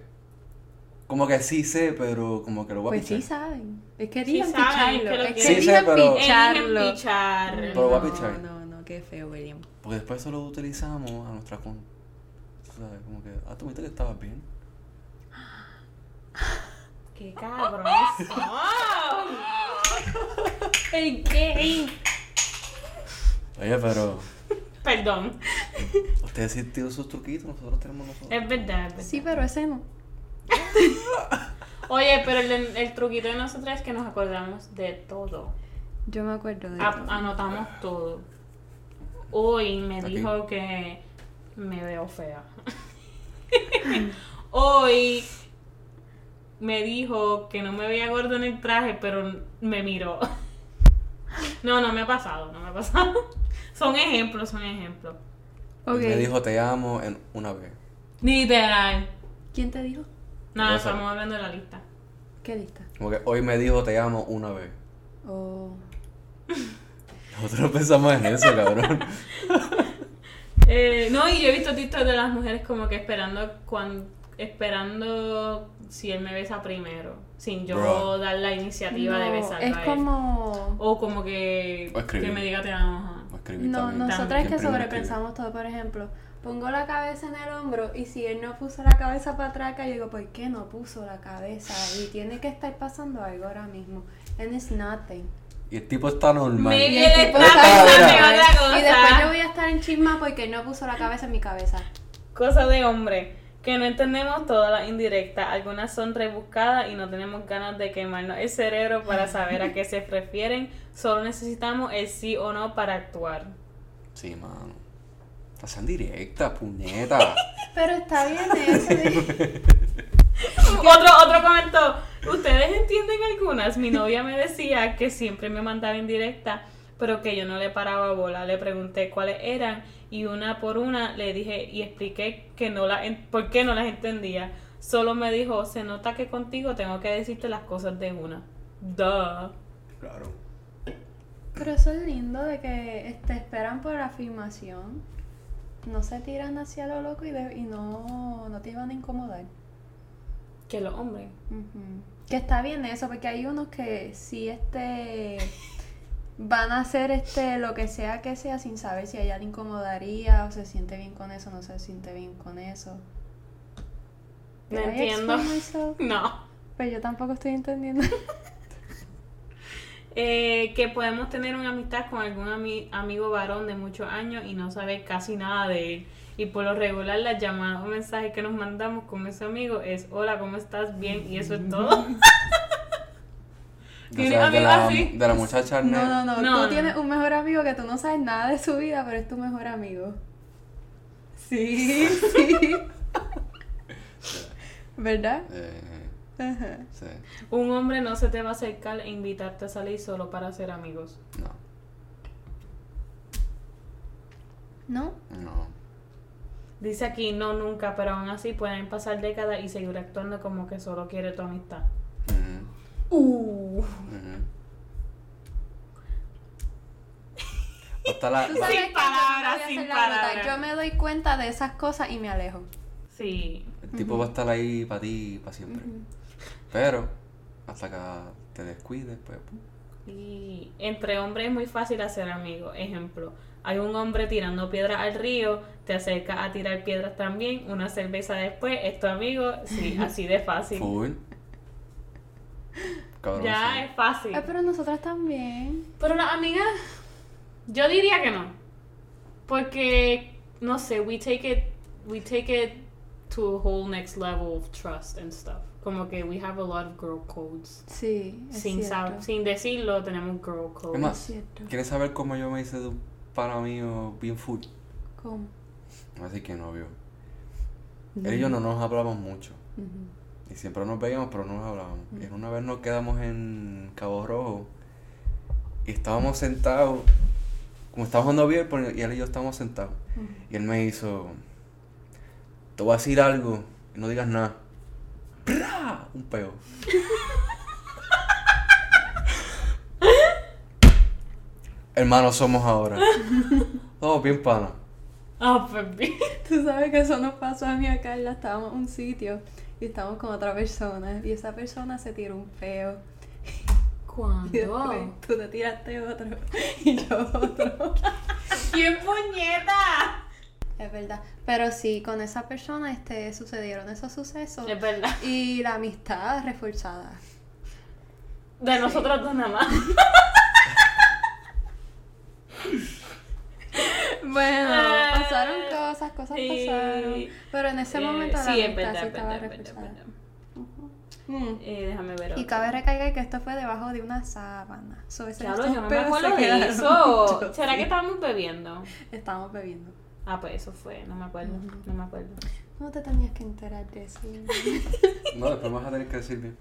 Speaker 4: Como que sí sé, pero como que lo voy a
Speaker 3: Pues sí
Speaker 4: pichar.
Speaker 3: saben. Es que
Speaker 1: Sí
Speaker 3: digan
Speaker 1: saben,
Speaker 3: picharlo.
Speaker 1: es que lo quieren.
Speaker 3: Es que
Speaker 4: Sí sé,
Speaker 3: digan
Speaker 4: pero-
Speaker 3: picharlo.
Speaker 1: Eligen pichar.
Speaker 4: Pero voy a pichar.
Speaker 3: No, no, no, qué feo, William.
Speaker 4: Porque después eso lo utilizamos a nuestra con. tú ¿Sabes? Como que, ah, tú viste que estabas bien.
Speaker 3: Mm.
Speaker 1: ¡Qué cabrón!
Speaker 3: El gay.
Speaker 4: Oye, pero.
Speaker 1: Perdón.
Speaker 4: Ustedes sí tienen sus truquitos, nosotros tenemos nosotros.
Speaker 1: Es verdad, es verdad.
Speaker 3: Sí, pero ese no.
Speaker 1: Oye, pero el, el truquito de nosotros es que nos acordamos de todo.
Speaker 3: Yo me acuerdo de
Speaker 1: A-
Speaker 3: eso.
Speaker 1: anotamos todo. Hoy me
Speaker 4: Aquí.
Speaker 1: dijo que me veo fea. [LAUGHS] Hoy me dijo que no me veía gordo en el traje, pero me miró. [LAUGHS] No, no me ha pasado, no me ha pasado. [LAUGHS] Son ejemplos, son ejemplos.
Speaker 3: Ok.
Speaker 4: Él me dijo, te amo en una vez.
Speaker 1: Literal.
Speaker 3: ¿Quién te dijo?
Speaker 1: No,
Speaker 4: Rosa.
Speaker 1: estamos hablando de la lista.
Speaker 3: ¿Qué lista?
Speaker 4: Como que hoy me dijo, te amo una vez.
Speaker 3: Oh.
Speaker 4: Nosotros pensamos en eso,
Speaker 3: [LAUGHS]
Speaker 4: cabrón.
Speaker 1: Eh, no, y yo he visto TikTok de las mujeres como que esperando cuan- esperando si él me besa primero, sin yo
Speaker 4: Bro.
Speaker 1: dar la iniciativa de
Speaker 3: No,
Speaker 1: besarlo
Speaker 3: es
Speaker 1: a él.
Speaker 3: como.
Speaker 1: O como que,
Speaker 4: O escribir.
Speaker 1: que me diga te amo. ajá.
Speaker 4: O escribí
Speaker 3: No,
Speaker 4: también.
Speaker 3: nosotras es que
Speaker 4: Siempre uno escribe.
Speaker 3: sobrepensamos todo, por ejemplo. Pongo la cabeza en el hombro y si él no puso la cabeza para atrás, acá, yo digo, ¿por qué no puso la cabeza? Y tiene que estar pasando algo ahora mismo. And it's nothing.
Speaker 4: Y el tipo está normal.
Speaker 1: Me-
Speaker 3: Y
Speaker 1: Él
Speaker 3: el
Speaker 1: está
Speaker 3: tipo está
Speaker 4: pensando en
Speaker 3: normal.
Speaker 1: otra cosa.
Speaker 3: Y después yo voy a estar en chisma porque él no puso la cabeza en mi cabeza.
Speaker 1: Cosa de hombre, que no entendemos todas las indirectas, algunas son rebuscadas y no tenemos ganas de quemarnos el cerebro para saber a qué se refieren, solo necesitamos el sí o no para actuar.
Speaker 4: Sí, mano. Estás en
Speaker 1: [LAUGHS]
Speaker 4: directa, puñeta.
Speaker 3: Pero está bien eso. de-
Speaker 1: [LAUGHS] Otro, otro comentó, ustedes entienden algunas, mi novia me decía que siempre me mandaba indirecta, pero que yo no le paraba bola, le pregunté cuáles eran y una por una le dije y expliqué que no la, en- por qué no las entendía. Solo me dijo, se nota que contigo tengo que decirte las cosas de una. Duh.
Speaker 4: claro.
Speaker 3: Pero eso es lindo de que te esperan por afirmación. No se tiran hacia lo loco y, de- y no, no te iban a incomodar.
Speaker 1: Que los hombres.
Speaker 3: Ujú. Que está bien eso, porque hay unos que sí este van a hacer este lo que sea que sea sin saber si a ella le incomodaría o se siente bien con eso, no se siente bien con eso.
Speaker 1: No
Speaker 3: Did I
Speaker 1: entiendo.
Speaker 3: explain myself?
Speaker 1: No.
Speaker 3: Pero Pues yo tampoco estoy entendiendo.
Speaker 1: Eh, que podemos tener una amistad con algún ami- amigo varón de muchos años y no saber casi nada de él. Y por lo regular las llamadas o mensajes que nos mandamos con ese amigo es hola, ¿cómo estás? Bien, y eso es todo. Tiene
Speaker 4: de,
Speaker 1: amigos
Speaker 4: la,
Speaker 1: así.
Speaker 4: de la muchacha
Speaker 3: [LAUGHS] No, no,
Speaker 4: nerd.
Speaker 3: no,
Speaker 1: No,
Speaker 3: Tú
Speaker 1: no.
Speaker 3: tienes un mejor amigo que tú no sabes nada de su vida, pero es tu mejor amigo.
Speaker 1: [LAUGHS]
Speaker 3: Sí, sí. [LAUGHS] ¿Verdad?
Speaker 4: Eh,
Speaker 3: Ajá.
Speaker 4: sí.
Speaker 1: Un hombre no se te va a acercar e invitarte a salir solo para ser amigos.
Speaker 4: No.
Speaker 3: ¿No?
Speaker 4: No.
Speaker 1: Dice aquí, no nunca, pero aún así pueden pasar décadas y seguir actuando como que solo quiere tu amistad.
Speaker 4: Ujú,
Speaker 1: Uh.
Speaker 4: ujú. Hasta la.
Speaker 3: Tú
Speaker 4: va-
Speaker 3: sabes que yo no voy a
Speaker 1: palabras,
Speaker 3: hacer
Speaker 1: sin
Speaker 3: la bruta.
Speaker 1: palabras.
Speaker 3: Yo me doy cuenta de esas cosas y me alejo.
Speaker 1: Sí.
Speaker 4: El tipo va a estar ahí para ti para siempre.
Speaker 3: Ujú.
Speaker 4: Pero, hasta que te descuides, pues. pum.
Speaker 1: Y entre hombres es muy fácil hacer amigos. Ejemplo, hay un hombre tirando piedras al río, te acerca a tirar piedras también, una cerveza después, es tu amigo,
Speaker 4: [LAUGHS]
Speaker 1: sí, así de fácil.
Speaker 4: Full. Cabrón. sí.
Speaker 1: Ya es fácil.
Speaker 3: Ay, pero nosotras también.
Speaker 1: Pero las amigas, yo diría que no. Porque, no sé, we take it, we take it to a whole next level of trust and stuff. Como que we have a lot of girl codes.
Speaker 3: Sí, es
Speaker 1: Sin, sab-
Speaker 3: cierto.
Speaker 1: sin decirlo, tenemos girl codes.
Speaker 4: Es
Speaker 3: Es
Speaker 4: más,
Speaker 3: cierto.
Speaker 4: ¿Quieres saber cómo yo me hice de un pana mío bien full?
Speaker 3: ¿Cómo?
Speaker 4: Así que novio. Él y yo no nos hablábamos mucho.
Speaker 3: Ujú.
Speaker 4: Y siempre nos veíamos, pero no nos hablábamos. Y en una vez nos quedamos en Cabo Rojo. Y estábamos sentados. Como estábamos jugando bien, pues, y él y yo estábamos sentados.
Speaker 3: Ujú.
Speaker 4: Y él me hizo. Te voy a decir algo. Y no digas nada. ¡Pra! Un peo. Hermanos somos ahora. Todos bien pana.
Speaker 1: Ah, pues bien.
Speaker 3: Tú sabes que eso nos pasó a mí a Carla. Estábamos en un sitio y estábamos con otra persona. Y esa persona se tiró un feo. Y después
Speaker 1: ¿Cuándo?
Speaker 3: tú te tiraste otro [LAUGHS] y yo otro.
Speaker 1: ¡Qué puñeta!
Speaker 3: es verdad. Pero sí, con esa persona este, sucedieron esos sucesos.
Speaker 1: Es verdad.
Speaker 3: Y la amistad reforzada.
Speaker 1: De nosotros dos nada más.
Speaker 3: Bueno,
Speaker 1: Ah,
Speaker 3: pasaron cosas, cosas
Speaker 1: sí.
Speaker 3: pasaron. Pero en ese
Speaker 1: Eh,
Speaker 3: momento la
Speaker 1: sí, es
Speaker 3: amistad
Speaker 1: verdad, es verdad,
Speaker 3: sí estaba
Speaker 1: es verdad, es
Speaker 3: reforzada.
Speaker 1: verdad.
Speaker 3: Mm.
Speaker 1: Eh, déjame ver.
Speaker 3: Y
Speaker 1: otro.
Speaker 3: cabe recalcar que esto fue debajo de una sábana. So, ese-
Speaker 1: Diablo,
Speaker 3: esos
Speaker 1: yo no me
Speaker 3: pedos se
Speaker 1: acuerdo de
Speaker 3: quedaron
Speaker 1: eso. [LAUGHS]
Speaker 3: mucho.
Speaker 1: ¿Será que estábamos bebiendo?
Speaker 3: Estábamos bebiendo.
Speaker 1: Ah, pues eso fue, no me acuerdo,
Speaker 3: Ujú.
Speaker 1: no me acuerdo.
Speaker 3: No te tenías que enterar de
Speaker 1: [LAUGHS]
Speaker 3: eso.
Speaker 4: No, después me vas a tener que decir bien.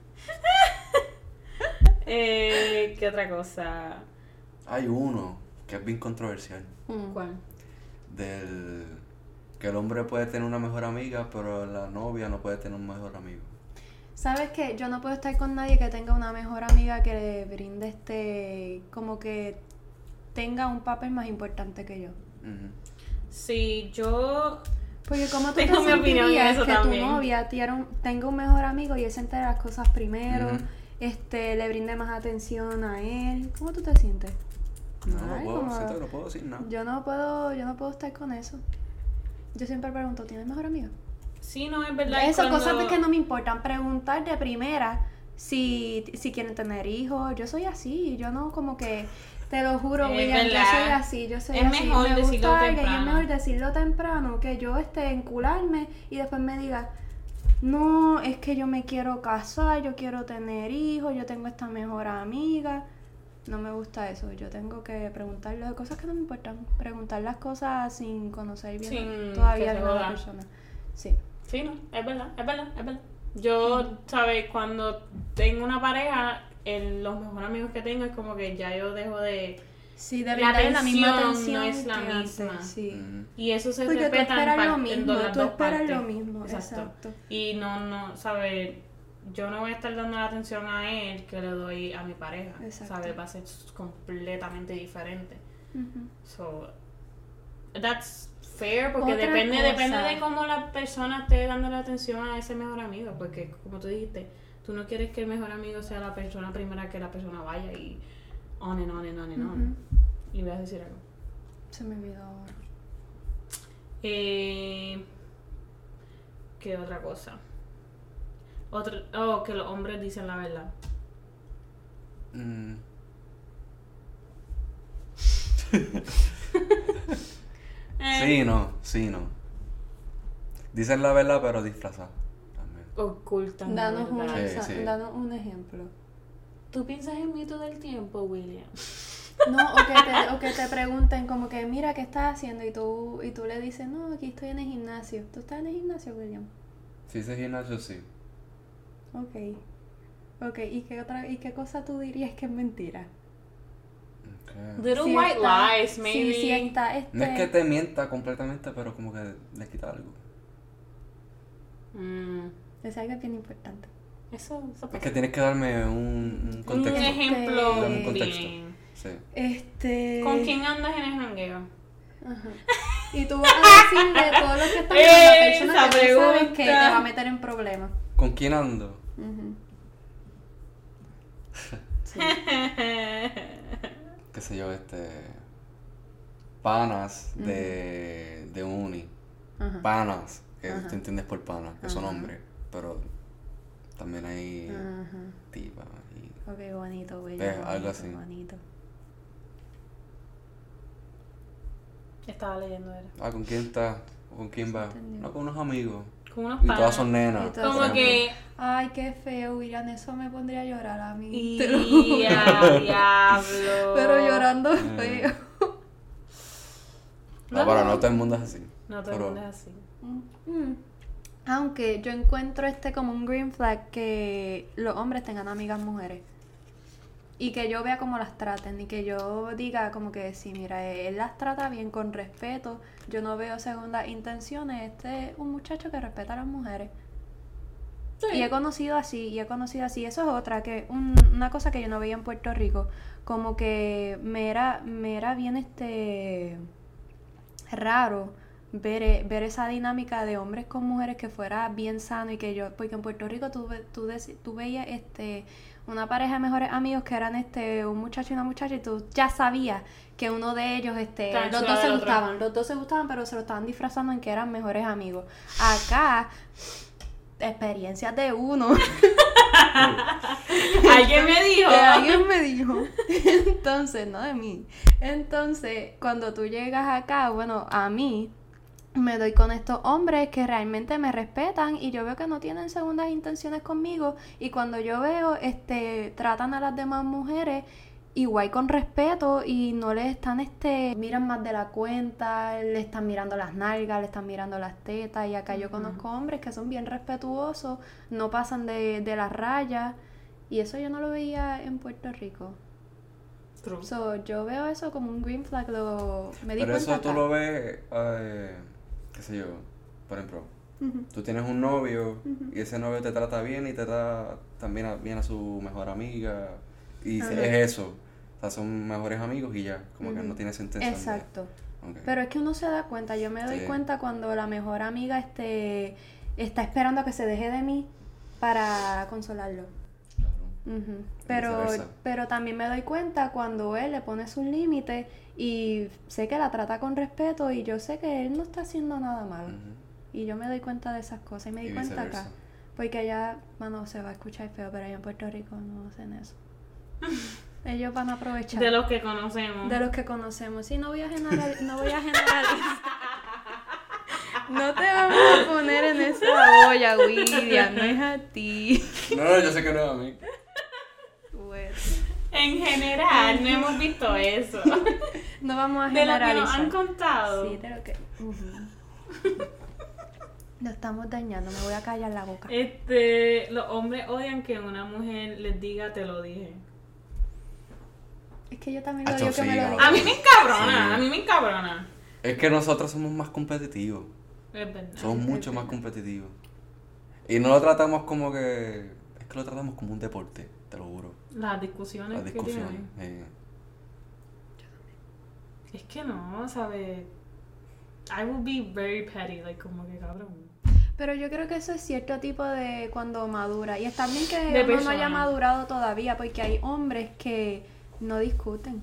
Speaker 1: Eh, ¿Qué otra cosa?
Speaker 4: Hay uno que es bien controversial.
Speaker 3: Mm.
Speaker 1: ¿Cuál?
Speaker 4: Del. Que el hombre puede tener una mejor amiga, pero la novia no puede tener un mejor amigo.
Speaker 3: Sabes que yo no puedo estar con nadie que tenga una mejor amiga que le brinde este, como que tenga un papel más importante que yo.
Speaker 4: Ujú.
Speaker 1: Sí, yo.
Speaker 3: Porque como tú
Speaker 1: Tengo
Speaker 3: te
Speaker 1: mi opinión en
Speaker 3: sentirías
Speaker 1: eso
Speaker 3: que
Speaker 1: también.
Speaker 3: tu novia tiene un- tenga un mejor amigo y él se entera de las cosas primero,
Speaker 4: Ujú.
Speaker 3: este, le brinde más atención a él. ¿Cómo tú te sientes?
Speaker 4: No, no
Speaker 3: Ay,
Speaker 4: puedo,
Speaker 3: como-
Speaker 4: siento que no puedo decir nada.
Speaker 3: Yo no puedo, yo no puedo estar con eso. Yo siempre pregunto, ¿tienes mejor amigo?
Speaker 1: Sí, no, es verdad.
Speaker 3: eso,
Speaker 1: cuando-
Speaker 3: cosas de que no me importan. Preguntar de primera si, si quieren tener hijos. Yo soy así, yo no como que. Te lo juro,
Speaker 1: Es
Speaker 3: William,
Speaker 1: verdad.
Speaker 3: yo soy así, yo soy
Speaker 1: Es
Speaker 3: así.
Speaker 1: mejor
Speaker 3: me
Speaker 1: decirlo
Speaker 3: gusta alguien, y
Speaker 1: temprano.
Speaker 3: es mejor decirlo temprano que yo esté encularme y después me diga, no, es que yo me quiero casar, yo quiero tener hijos, yo tengo esta mejor amiga. No me gusta eso, yo tengo que preguntar las cosas que no me importan. Preguntar las cosas sin conocer bien
Speaker 1: Sin
Speaker 3: todavía
Speaker 1: que
Speaker 3: bien
Speaker 1: se
Speaker 3: a la
Speaker 1: joda.
Speaker 3: persona. Sí.
Speaker 1: Sí, no, es verdad, es verdad, es verdad. Yo, ¿sabes? Cuando tengo una pareja, el- los mejores amigos que tengo es como que ya yo dejo de.
Speaker 3: Sí, de
Speaker 1: La
Speaker 3: verdad es la misma
Speaker 1: atención
Speaker 3: atención
Speaker 1: no es la
Speaker 3: que antes,
Speaker 1: misma.
Speaker 3: sí.
Speaker 4: Ujú.
Speaker 1: Y eso se
Speaker 3: Porque tú
Speaker 1: respeta en
Speaker 3: esperas lo
Speaker 1: par- en
Speaker 3: mismo,
Speaker 1: do- las
Speaker 3: tú
Speaker 1: dos
Speaker 3: esperas lo
Speaker 1: partes.
Speaker 3: mismo, exacto.
Speaker 1: Y no, no, ¿sabes? Yo no voy a estar dando la atención a él que le doy a mi pareja.
Speaker 3: Exacto.
Speaker 1: ¿Sabes? Va a ser completamente diferente.
Speaker 3: Ujú.
Speaker 1: So, that's fair porque
Speaker 3: Otra
Speaker 1: depende,
Speaker 3: cosa.
Speaker 1: depende de cómo la persona esté dando la atención a ese mejor amigo. Porque, como tú dijiste, tú no quieres que el mejor amigo sea la persona primera que la persona vaya y on and on and on and on. Y voy a decir algo.
Speaker 3: Se me olvidó ahora.
Speaker 1: Eh, ¿Qué otra cosa? Otro, oh, que los hombres dicen la verdad.
Speaker 3: Eh.
Speaker 4: Mm.
Speaker 1: Eh,
Speaker 4: Sí, no, sí, no. Dicen la verdad, pero disfrazada. También.
Speaker 1: Ocultan la
Speaker 3: Danos un,
Speaker 1: verdad.
Speaker 4: Sí,
Speaker 3: exa-
Speaker 4: sí.
Speaker 3: danos un ejemplo.
Speaker 1: ¿Tú piensas en mí todo el tiempo, William?
Speaker 3: No, o que, te, o que te pregunten como que, mira, ¿qué estás haciendo? Y tú, y tú le dices, no, aquí estoy en el gimnasio. ¿Tú estás en el gimnasio, William?
Speaker 4: Si dice gimnasio, sí.
Speaker 3: Ok. Ok, ¿y qué, otra, ¿y qué cosa tú dirías que es mentira?
Speaker 4: Ok.
Speaker 1: Little
Speaker 3: Si
Speaker 1: white
Speaker 3: está-
Speaker 1: lies,
Speaker 3: sí,
Speaker 1: maybe.
Speaker 3: si está este...
Speaker 4: No es que te mienta completamente, pero como que le quita algo.
Speaker 1: Mm,
Speaker 3: Es algo bien importante.
Speaker 1: eso, eso
Speaker 4: Es
Speaker 1: pasa.
Speaker 4: que tienes que darme un, un contexto.
Speaker 1: Un ejemplo
Speaker 4: Dame un contexto.
Speaker 1: bien.
Speaker 4: Sí.
Speaker 3: Este...
Speaker 1: ¿Con quién andas en el jangueo?
Speaker 3: Ajá. Y tú vas a decirle todo lo que está con la
Speaker 1: [LAUGHS]
Speaker 3: persona
Speaker 1: Esa
Speaker 3: que tú sabes que te
Speaker 1: pregunta.
Speaker 3: va a meter en problemas.
Speaker 4: ¿Con quién ando?
Speaker 3: Ujú. Sí.
Speaker 4: qué sé yo, este. Panas de, de uni.
Speaker 3: Ajá.
Speaker 4: Panas, que
Speaker 3: Ajá.
Speaker 4: tú entiendes por panas, que son
Speaker 3: Ajá.
Speaker 4: hombres. Pero también hay
Speaker 3: Ajá.
Speaker 4: tipas y
Speaker 3: Ok, bonito, güey.
Speaker 4: Ve, algo
Speaker 3: bonito,
Speaker 4: así.
Speaker 3: Bonito.
Speaker 1: Estaba leyendo, era.
Speaker 4: Ah, ¿con quién estás? ¿Con quién vas?
Speaker 3: entendió.
Speaker 4: No, con unos amigos.
Speaker 1: Como unos
Speaker 4: Y
Speaker 1: panas.
Speaker 4: todas son nenas.
Speaker 3: Y todas
Speaker 1: Como
Speaker 4: por
Speaker 3: [LAUGHS]
Speaker 1: que.
Speaker 3: Ay, qué feo, Irán. Eso me pondría a llorar a mí.
Speaker 1: Y
Speaker 3: Te lo juro.
Speaker 1: diablo.
Speaker 3: Pero llorando
Speaker 4: Mm.
Speaker 3: [LAUGHS] feo.
Speaker 4: ejemplo. No, Ah, pero no todo el mundo es así.
Speaker 1: No te
Speaker 4: Pero-
Speaker 1: así.
Speaker 3: Mm. Aunque yo encuentro este como un green flag que los hombres tengan amigas mujeres. Y que yo vea cómo las traten y que yo diga como que sí, mira, e-, él las trata bien con respeto, yo no veo segundas intenciones, este es un muchacho que respeta a las mujeres. Y he conocido así, y he conocido así. Eso es otra, que un- una cosa que yo no veía en Puerto Rico. Como que me era, me era bien este raro ver, eh, ver esa dinámica de hombres con mujeres que fuera bien sano y que yo, porque en Puerto Rico tú, ve- tú, deci- tú veías este una pareja de mejores amigos que eran este un muchacho y una muchacha y tú ya sabías que uno de ellos este
Speaker 1: Estaba
Speaker 3: los
Speaker 1: encima
Speaker 3: dos se
Speaker 1: del otro.
Speaker 3: gustaban los dos se gustaban pero se lo estaban disfrazando en que eran mejores amigos acá experiencias de uno
Speaker 1: [LAUGHS] [LAUGHS] Alguien me dijo.
Speaker 3: que alguien me dijo. [LAUGHS] Entonces, no de mí. Entonces, cuando tú llegas acá, bueno, a mí me doy con estos hombres que realmente me respetan y yo veo que no tienen segundas intenciones conmigo y cuando yo veo este tratan a las demás mujeres igual con respeto y no les están este miran más de la cuenta, le están mirando las nalgas, le están mirando las tetas y acá yo
Speaker 1: Ujú.
Speaker 3: conozco hombres que son bien respetuosos, no pasan de, de las rayas y eso yo no lo veía en Puerto Rico.
Speaker 1: True.
Speaker 3: So, yo veo eso como un green flag, lo me di
Speaker 4: Pero
Speaker 3: cuenta
Speaker 4: eso tú
Speaker 3: acá.
Speaker 4: lo ves, eh, qué sé yo, por ejemplo, tú tienes un novio y ese novio te trata bien y te trata también a- bien a su mejor amiga y
Speaker 3: Ajá.
Speaker 4: es eso. O sea, son mejores amigos y ya, como que
Speaker 3: Ujú.
Speaker 4: no tienes intención de-
Speaker 3: Exacto.
Speaker 4: Ok.
Speaker 3: Pero es que uno se da cuenta, yo me doy
Speaker 4: Sí.
Speaker 3: cuenta cuando la mejor amiga este, está esperando a que se deje de mí para consolarlo.
Speaker 4: Cabrón.
Speaker 3: Ujú. Pero,
Speaker 4: viceversa.
Speaker 3: pero también me doy cuenta cuando él le pone sus límites y sé que la trata con respeto y yo sé que él no está haciendo nada malo.
Speaker 4: Ujú.
Speaker 3: Y yo me doy cuenta de esas cosas y me di
Speaker 4: Y
Speaker 3: cuenta acá.
Speaker 4: viceversa.
Speaker 3: Porque allá, bueno, se va a escuchar feo, pero allá en Puerto Rico no hacen
Speaker 4: [LAUGHS]
Speaker 3: eso. Ellos van a aprovechar.
Speaker 1: De los que conocemos.
Speaker 3: De los que conocemos. Sí, no voy a generalizar. No voy a generalizar. No te vamos a poner en esa olla, William. No es a ti.
Speaker 4: [LAUGHS] No, no, yo sé que no es a mí.
Speaker 3: Bueno,
Speaker 1: En general, no hemos visto
Speaker 3: [LAUGHS]
Speaker 1: eso.
Speaker 3: no vamos a
Speaker 1: De lo que nos han
Speaker 3: generalizar.
Speaker 1: contado.
Speaker 3: Sí, de lo que. Ujú. Lo estamos dañando. Me voy a callar la boca.
Speaker 1: Este, los hombres odian que una mujer les diga te lo dije.
Speaker 3: Es que yo también lo
Speaker 4: Acho,
Speaker 3: digo que
Speaker 4: sí,
Speaker 3: me lo
Speaker 4: cabrón.
Speaker 3: diga.
Speaker 1: A mí me encabrona,
Speaker 4: Sí.
Speaker 1: a mí me encabrona.
Speaker 4: Es que nosotros somos más competitivos.
Speaker 1: Es verdad.
Speaker 4: Somos mucho más competitivos. Y no lo tratamos como que. Es que lo tratamos como un deporte, te lo juro.
Speaker 1: Las discusiones
Speaker 4: Las
Speaker 1: que
Speaker 4: discusiones.
Speaker 1: tienen.
Speaker 4: eh.
Speaker 1: Es que no, ¿sabes? I would be very petty, like como que cabrón.
Speaker 3: Pero yo creo que eso es cierto tipo de cuando madura. Y está bien que
Speaker 1: De
Speaker 3: uno no
Speaker 1: persona.
Speaker 3: haya madurado todavía, porque hay hombres que no discuten.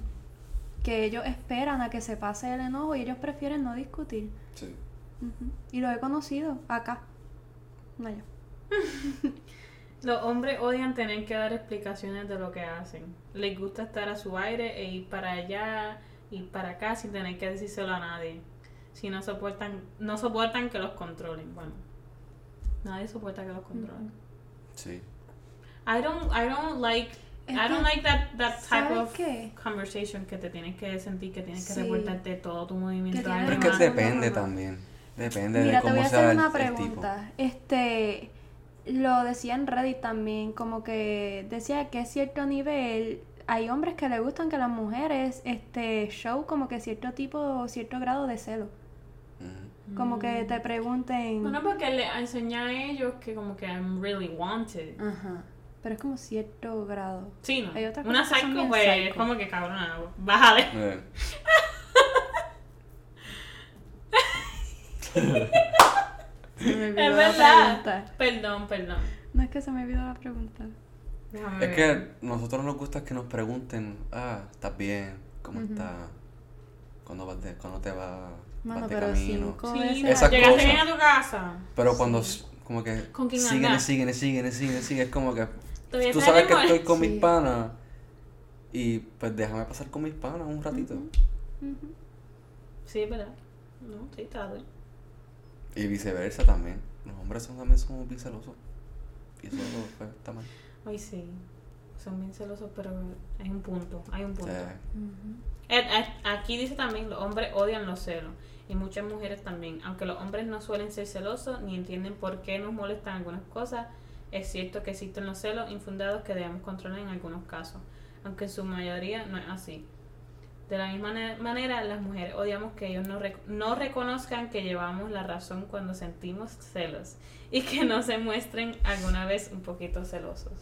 Speaker 3: Que ellos esperan a que se pase el enojo y ellos prefieren no discutir.
Speaker 4: Sí.
Speaker 3: Ujú. Y lo he conocido acá. No yo.
Speaker 1: Los hombres odian tener que dar explicaciones de lo que hacen. Les gusta estar a su aire e ir para allá y para acá sin tener que decírselo a nadie. Si no soportan, no soportan que los controlen. Bueno, nadie soporta que los controlen.
Speaker 4: Sí.
Speaker 1: I don't, I don't like,
Speaker 3: Es
Speaker 1: I don't
Speaker 3: que-
Speaker 1: like that, that type
Speaker 3: Mm-hmm. Este, ¿sabes
Speaker 1: of
Speaker 3: qué?
Speaker 1: conversation que te tienes que sentir, que tienes que
Speaker 3: Sí.
Speaker 1: reportarte todo tu movimiento.
Speaker 3: tienes
Speaker 1: a
Speaker 4: Pero es
Speaker 1: alguien
Speaker 4: que
Speaker 1: más.
Speaker 3: Ajá.
Speaker 4: depende también. Depende
Speaker 3: Mira,
Speaker 4: de
Speaker 3: te voy a
Speaker 4: cómo
Speaker 3: hacer
Speaker 4: sea el,
Speaker 3: una
Speaker 4: el tipo.
Speaker 3: pregunta. Este, lo decía en Reddit también, como que decía que a cierto nivel hay hombres que le gustan que las mujeres este show como que cierto tipo o cierto grado de celo.
Speaker 4: Ujú.
Speaker 3: Como que te pregunten.
Speaker 1: Bueno, porque le enseña a ellos que como que I'm really wanted.
Speaker 3: Ajá. Pero es como cierto grado.
Speaker 1: Sí, no.
Speaker 3: Ah. Hay otras
Speaker 1: Una
Speaker 3: cosas que son
Speaker 1: psycho,
Speaker 3: bien
Speaker 1: pues,
Speaker 3: psycho.
Speaker 1: es como que cabrona, bájale.
Speaker 4: Eh.
Speaker 3: Se me olvidó
Speaker 1: Es
Speaker 3: la
Speaker 1: verdad.
Speaker 3: pregunta.
Speaker 1: Perdón, perdón.
Speaker 3: No es que se me olvidó la pregunta.
Speaker 1: Déjame ver.
Speaker 4: Es que nosotros nos gusta que nos pregunten, ah, ¿estás bien? ¿Cómo
Speaker 3: Ujú.
Speaker 4: estás? ¿Cuándo, vas de- cuándo te vas,
Speaker 3: Mano,
Speaker 4: vas de
Speaker 3: pero
Speaker 4: camino?
Speaker 3: cinco
Speaker 1: Sí,
Speaker 3: veces.
Speaker 4: Esas
Speaker 1: llegaste
Speaker 4: cosas.
Speaker 1: bien a tu casa.
Speaker 4: Pero cuando, s- como que,
Speaker 1: ¿Con quién
Speaker 4: siguen,
Speaker 1: andas?
Speaker 4: siguen, siguen, siguen, siguen, es como que,
Speaker 1: Todavía
Speaker 4: tú
Speaker 1: estás
Speaker 4: sabes
Speaker 1: en
Speaker 4: que
Speaker 1: amor.
Speaker 4: estoy con
Speaker 3: Sí.
Speaker 4: mis panas y pues déjame pasar con mis panas un ratito.
Speaker 3: Ujú.
Speaker 1: Sí, ¿verdad? No, sí, te la doy.
Speaker 4: Y viceversa también. Los hombres son, también somos bien celosos. Y eso pues, está mal.
Speaker 1: Ay, sí. Son bien celosos, pero hay un punto. Hay un punto.
Speaker 4: Eh,
Speaker 3: Ujú.
Speaker 1: Eh, eh, Aquí dice también, los hombres odian los celos. Y muchas mujeres también. Aunque los hombres no suelen ser celosos ni entienden por qué nos molestan algunas cosas, es cierto que existen los celos infundados que debemos controlar en algunos casos. Aunque en su mayoría no es así. De la misma ne- manera, las mujeres odiamos que ellos no, rec- no reconozcan que llevamos la razón cuando sentimos celos y que no se muestren alguna vez un poquito celosos.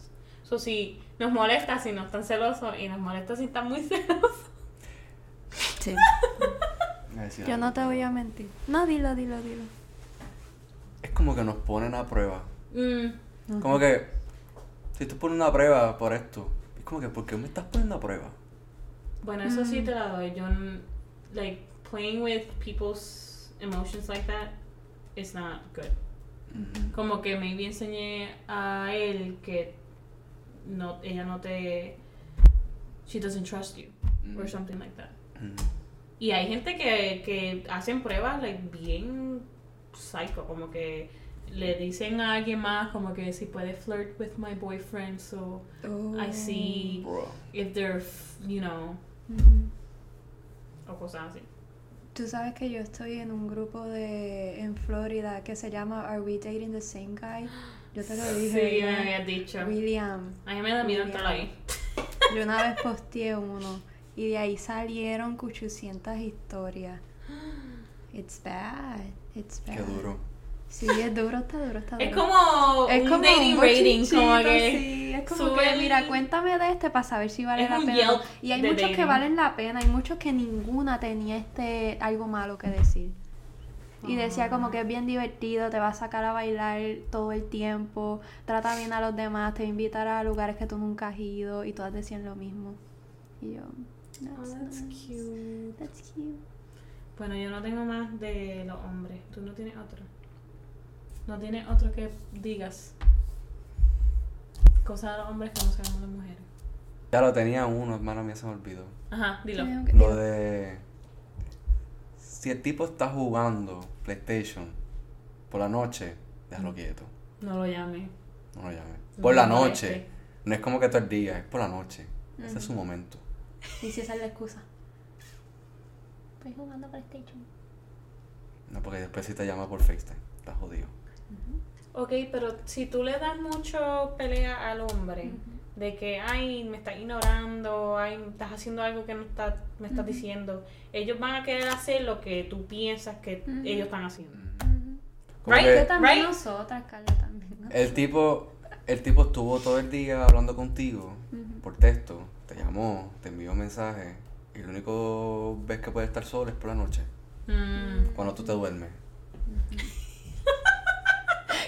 Speaker 1: Eso sí, nos molesta si no están celosos y nos molesta si están muy [LAUGHS] celosos.
Speaker 3: Sí.
Speaker 4: voy a decir
Speaker 3: Yo
Speaker 4: algo,
Speaker 3: no te
Speaker 4: pero
Speaker 3: voy a mentir. No, dilo, dilo, dilo.
Speaker 4: Es como que nos ponen a prueba.
Speaker 1: Mm.
Speaker 4: Como que, si tú pones una prueba por esto, es como que, ¿por qué me estás poniendo a prueba?
Speaker 1: Bueno, eso sí
Speaker 3: Mm.
Speaker 1: te la doy. Yo, n- like, playing with people's emotions like that is not good. Como que maybe enseñé a él que no, ella no te. She doesn't trust you,
Speaker 4: Mm.
Speaker 1: or something like that.
Speaker 4: Ujú.
Speaker 1: Y hay gente que, que hacen pruebas, like, bien psycho, como que le dicen a alguien más, como que si puede flirt with my boyfriend, so
Speaker 3: Oh.
Speaker 1: I see
Speaker 4: Bro.
Speaker 1: if they're, f- you know,
Speaker 3: Ujú.
Speaker 1: o cosas así.
Speaker 3: Tú sabes que yo estoy en un grupo de en Florida que se llama Are We Dating the Same Guy? Yo te lo dije.
Speaker 1: Sí, me
Speaker 3: ¿verdad?
Speaker 1: habías dicho.
Speaker 3: William.
Speaker 1: A mí me da miedo estar ahí.
Speaker 3: Yo una vez posteé uno y de ahí salieron 800 historias. It's bad. It's bad.
Speaker 4: Qué duro.
Speaker 3: Sí, es duro, está duro, está duro.
Speaker 1: Es como
Speaker 3: Es
Speaker 1: un
Speaker 3: como
Speaker 1: dating
Speaker 3: un
Speaker 1: rating,
Speaker 3: bochinchito,
Speaker 1: como que
Speaker 3: sí, es como
Speaker 1: sube
Speaker 3: que,
Speaker 1: el-
Speaker 3: mira, cuéntame de este para saber si vale
Speaker 1: Es
Speaker 3: la
Speaker 1: un
Speaker 3: pena. o no.
Speaker 1: Yelp
Speaker 3: Y hay
Speaker 1: de
Speaker 3: muchos que
Speaker 1: dating.
Speaker 3: valen la pena, hay muchos que ninguna tenía este algo malo que decir. Y decía como que es bien divertido, te va a sacar a bailar todo el tiempo, trata bien a los demás, te va a invitar a lugares que tú nunca has ido y todas decían lo mismo. Y yo,
Speaker 1: Oh,
Speaker 3: that's,
Speaker 1: that's
Speaker 3: nice,
Speaker 1: cute.
Speaker 3: that's cute.
Speaker 1: Bueno, yo no tengo más de los hombres. Tú no tienes otro. No tienes otro que digas. Cosas de los hombres que no sabemos las mujeres.
Speaker 4: Ya lo tenía uno, hermano mía, se me olvidó.
Speaker 1: Ajá, dilo.
Speaker 3: Tengo que-
Speaker 4: Lo de. Si el tipo está jugando PlayStation por la noche,
Speaker 3: Mm.
Speaker 4: déjalo quieto.
Speaker 1: No lo llame.
Speaker 4: No lo llames.
Speaker 1: No
Speaker 4: Por la
Speaker 1: lo moleste.
Speaker 4: noche. No es como que todo el día, es por la noche. Ese es
Speaker 3: Ujú.
Speaker 4: su momento.
Speaker 3: Y si esa es la excusa. Estoy jugando PlayStation.
Speaker 4: No, porque después si te llama por FaceTime, estás jodido.
Speaker 1: Ok, pero si tú le das mucho pelea al hombre,
Speaker 3: Ujú.
Speaker 1: de que, ay, me estás ignorando, ay, estás haciendo algo que no está, me estás
Speaker 3: Ujú.
Speaker 1: diciendo, ellos van a querer hacer lo que tú piensas que
Speaker 3: Ujú.
Speaker 1: ellos están haciendo.
Speaker 4: Mm. Como
Speaker 1: Right,
Speaker 4: que
Speaker 3: Yo también
Speaker 1: Right?
Speaker 3: nosotras, Carla también. [LAUGHS] ¿no?
Speaker 4: el tipo, el tipo estuvo todo el día hablando contigo
Speaker 3: Ujú.
Speaker 4: por texto, te llamó, te envió mensajes y lo único vez que puede estar solo es por la noche,
Speaker 1: Mm.
Speaker 4: cuando tú te duermes.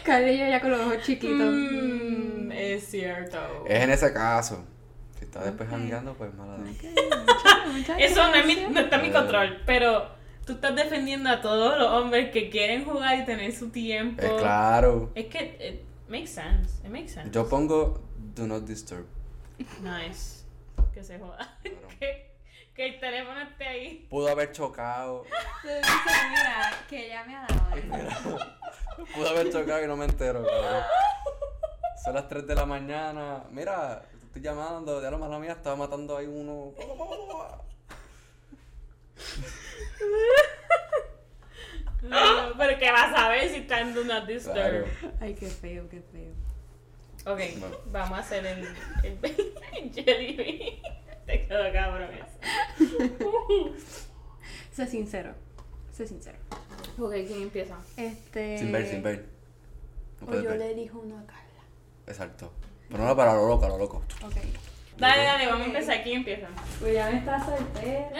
Speaker 3: Carla y yo ya con los ojos chiquitos.
Speaker 1: Mm, es cierto.
Speaker 4: Es en ese caso. Si estás después
Speaker 3: Ok.
Speaker 4: jangueando, pues mala de.
Speaker 3: Ok, muchas- muchas
Speaker 1: Eso no, es mi-
Speaker 3: gracias.
Speaker 1: no está en mi
Speaker 4: Eh.
Speaker 1: control, pero tú estás defendiendo a todos los hombres que quieren jugar y tener su tiempo.
Speaker 4: Eh, claro.
Speaker 1: Es que it makes sense. It makes sense.
Speaker 4: Yo pongo Do Not Disturb.
Speaker 1: Nice. Que se joda.
Speaker 4: Claro.
Speaker 1: que, que el teléfono esté ahí.
Speaker 4: Pudo haber chocado. [LAUGHS]
Speaker 3: Tú dices, mira, que ya me ha dado. eso.
Speaker 4: Pudo haber chocado y no me entero. cabrón. Son las 3 de la mañana. Mira, te estoy llamando. Ya lo mala mía estaba matando ahí uno.
Speaker 1: No, pero que vas a ver si está en Do Not Disturb.
Speaker 4: Claro.
Speaker 3: Ay, qué feo, qué feo.
Speaker 1: Ok,
Speaker 4: Bueno.
Speaker 1: vamos a hacer el, el, [LAUGHS] Jelly Bean. Te quedó cabrón eso.
Speaker 3: Sé sincero. Sé sincero.
Speaker 1: Ok, ¿quién empieza?
Speaker 3: Este.
Speaker 4: Sin ver, sin ver. No
Speaker 3: O
Speaker 4: puedes
Speaker 3: yo
Speaker 4: ver.
Speaker 3: le elijo uno a Carla.
Speaker 4: Exacto. Pero no para lo loco, a lo loco.
Speaker 3: Ok.
Speaker 1: Dale, dale, vamos a
Speaker 3: Ok.
Speaker 1: empezar. ¿Quién empieza?
Speaker 3: Pues ya me está soltera.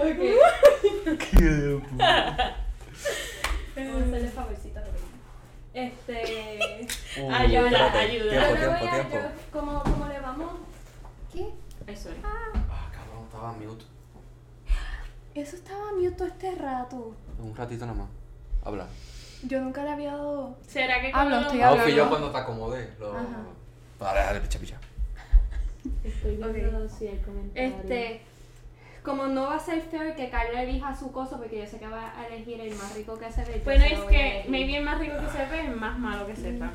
Speaker 3: ok.
Speaker 4: [LAUGHS] ¿Qué
Speaker 6: Vamos a hacerle favorcito a Carolina.
Speaker 7: [LAUGHS]
Speaker 6: Este.
Speaker 7: Uh,
Speaker 1: Ayuda,
Speaker 7: espérate.
Speaker 1: ayuda.
Speaker 7: Tiempo,
Speaker 6: ahora
Speaker 7: tiempo,
Speaker 6: voy a-
Speaker 7: tiempo.
Speaker 6: yo- ¿cómo, ¿Cómo le vamos? ¿Qué?
Speaker 1: Ay, sorry.
Speaker 4: Ah, cabrón, estaba mute.
Speaker 6: Eso estaba mute todo este rato.
Speaker 4: Un ratito nada más. Habla.
Speaker 6: Yo nunca le había dado.
Speaker 1: ¿Será que
Speaker 3: Hablo,
Speaker 1: cuando-
Speaker 3: estoy
Speaker 4: Ah,
Speaker 3: hablando.
Speaker 4: fui yo cuando te acomodé. Lo...
Speaker 3: Ajá.
Speaker 4: Dale, dale, picha, picha.
Speaker 6: Estoy Este. Como no va a ser fair que Carla elija su coso, porque yo sé que va a elegir el más rico que se ve. yo
Speaker 1: Bueno,
Speaker 6: se lo
Speaker 1: es
Speaker 6: voy a
Speaker 1: que
Speaker 6: elegir.
Speaker 1: maybe el más rico que se ve es más malo que sepa.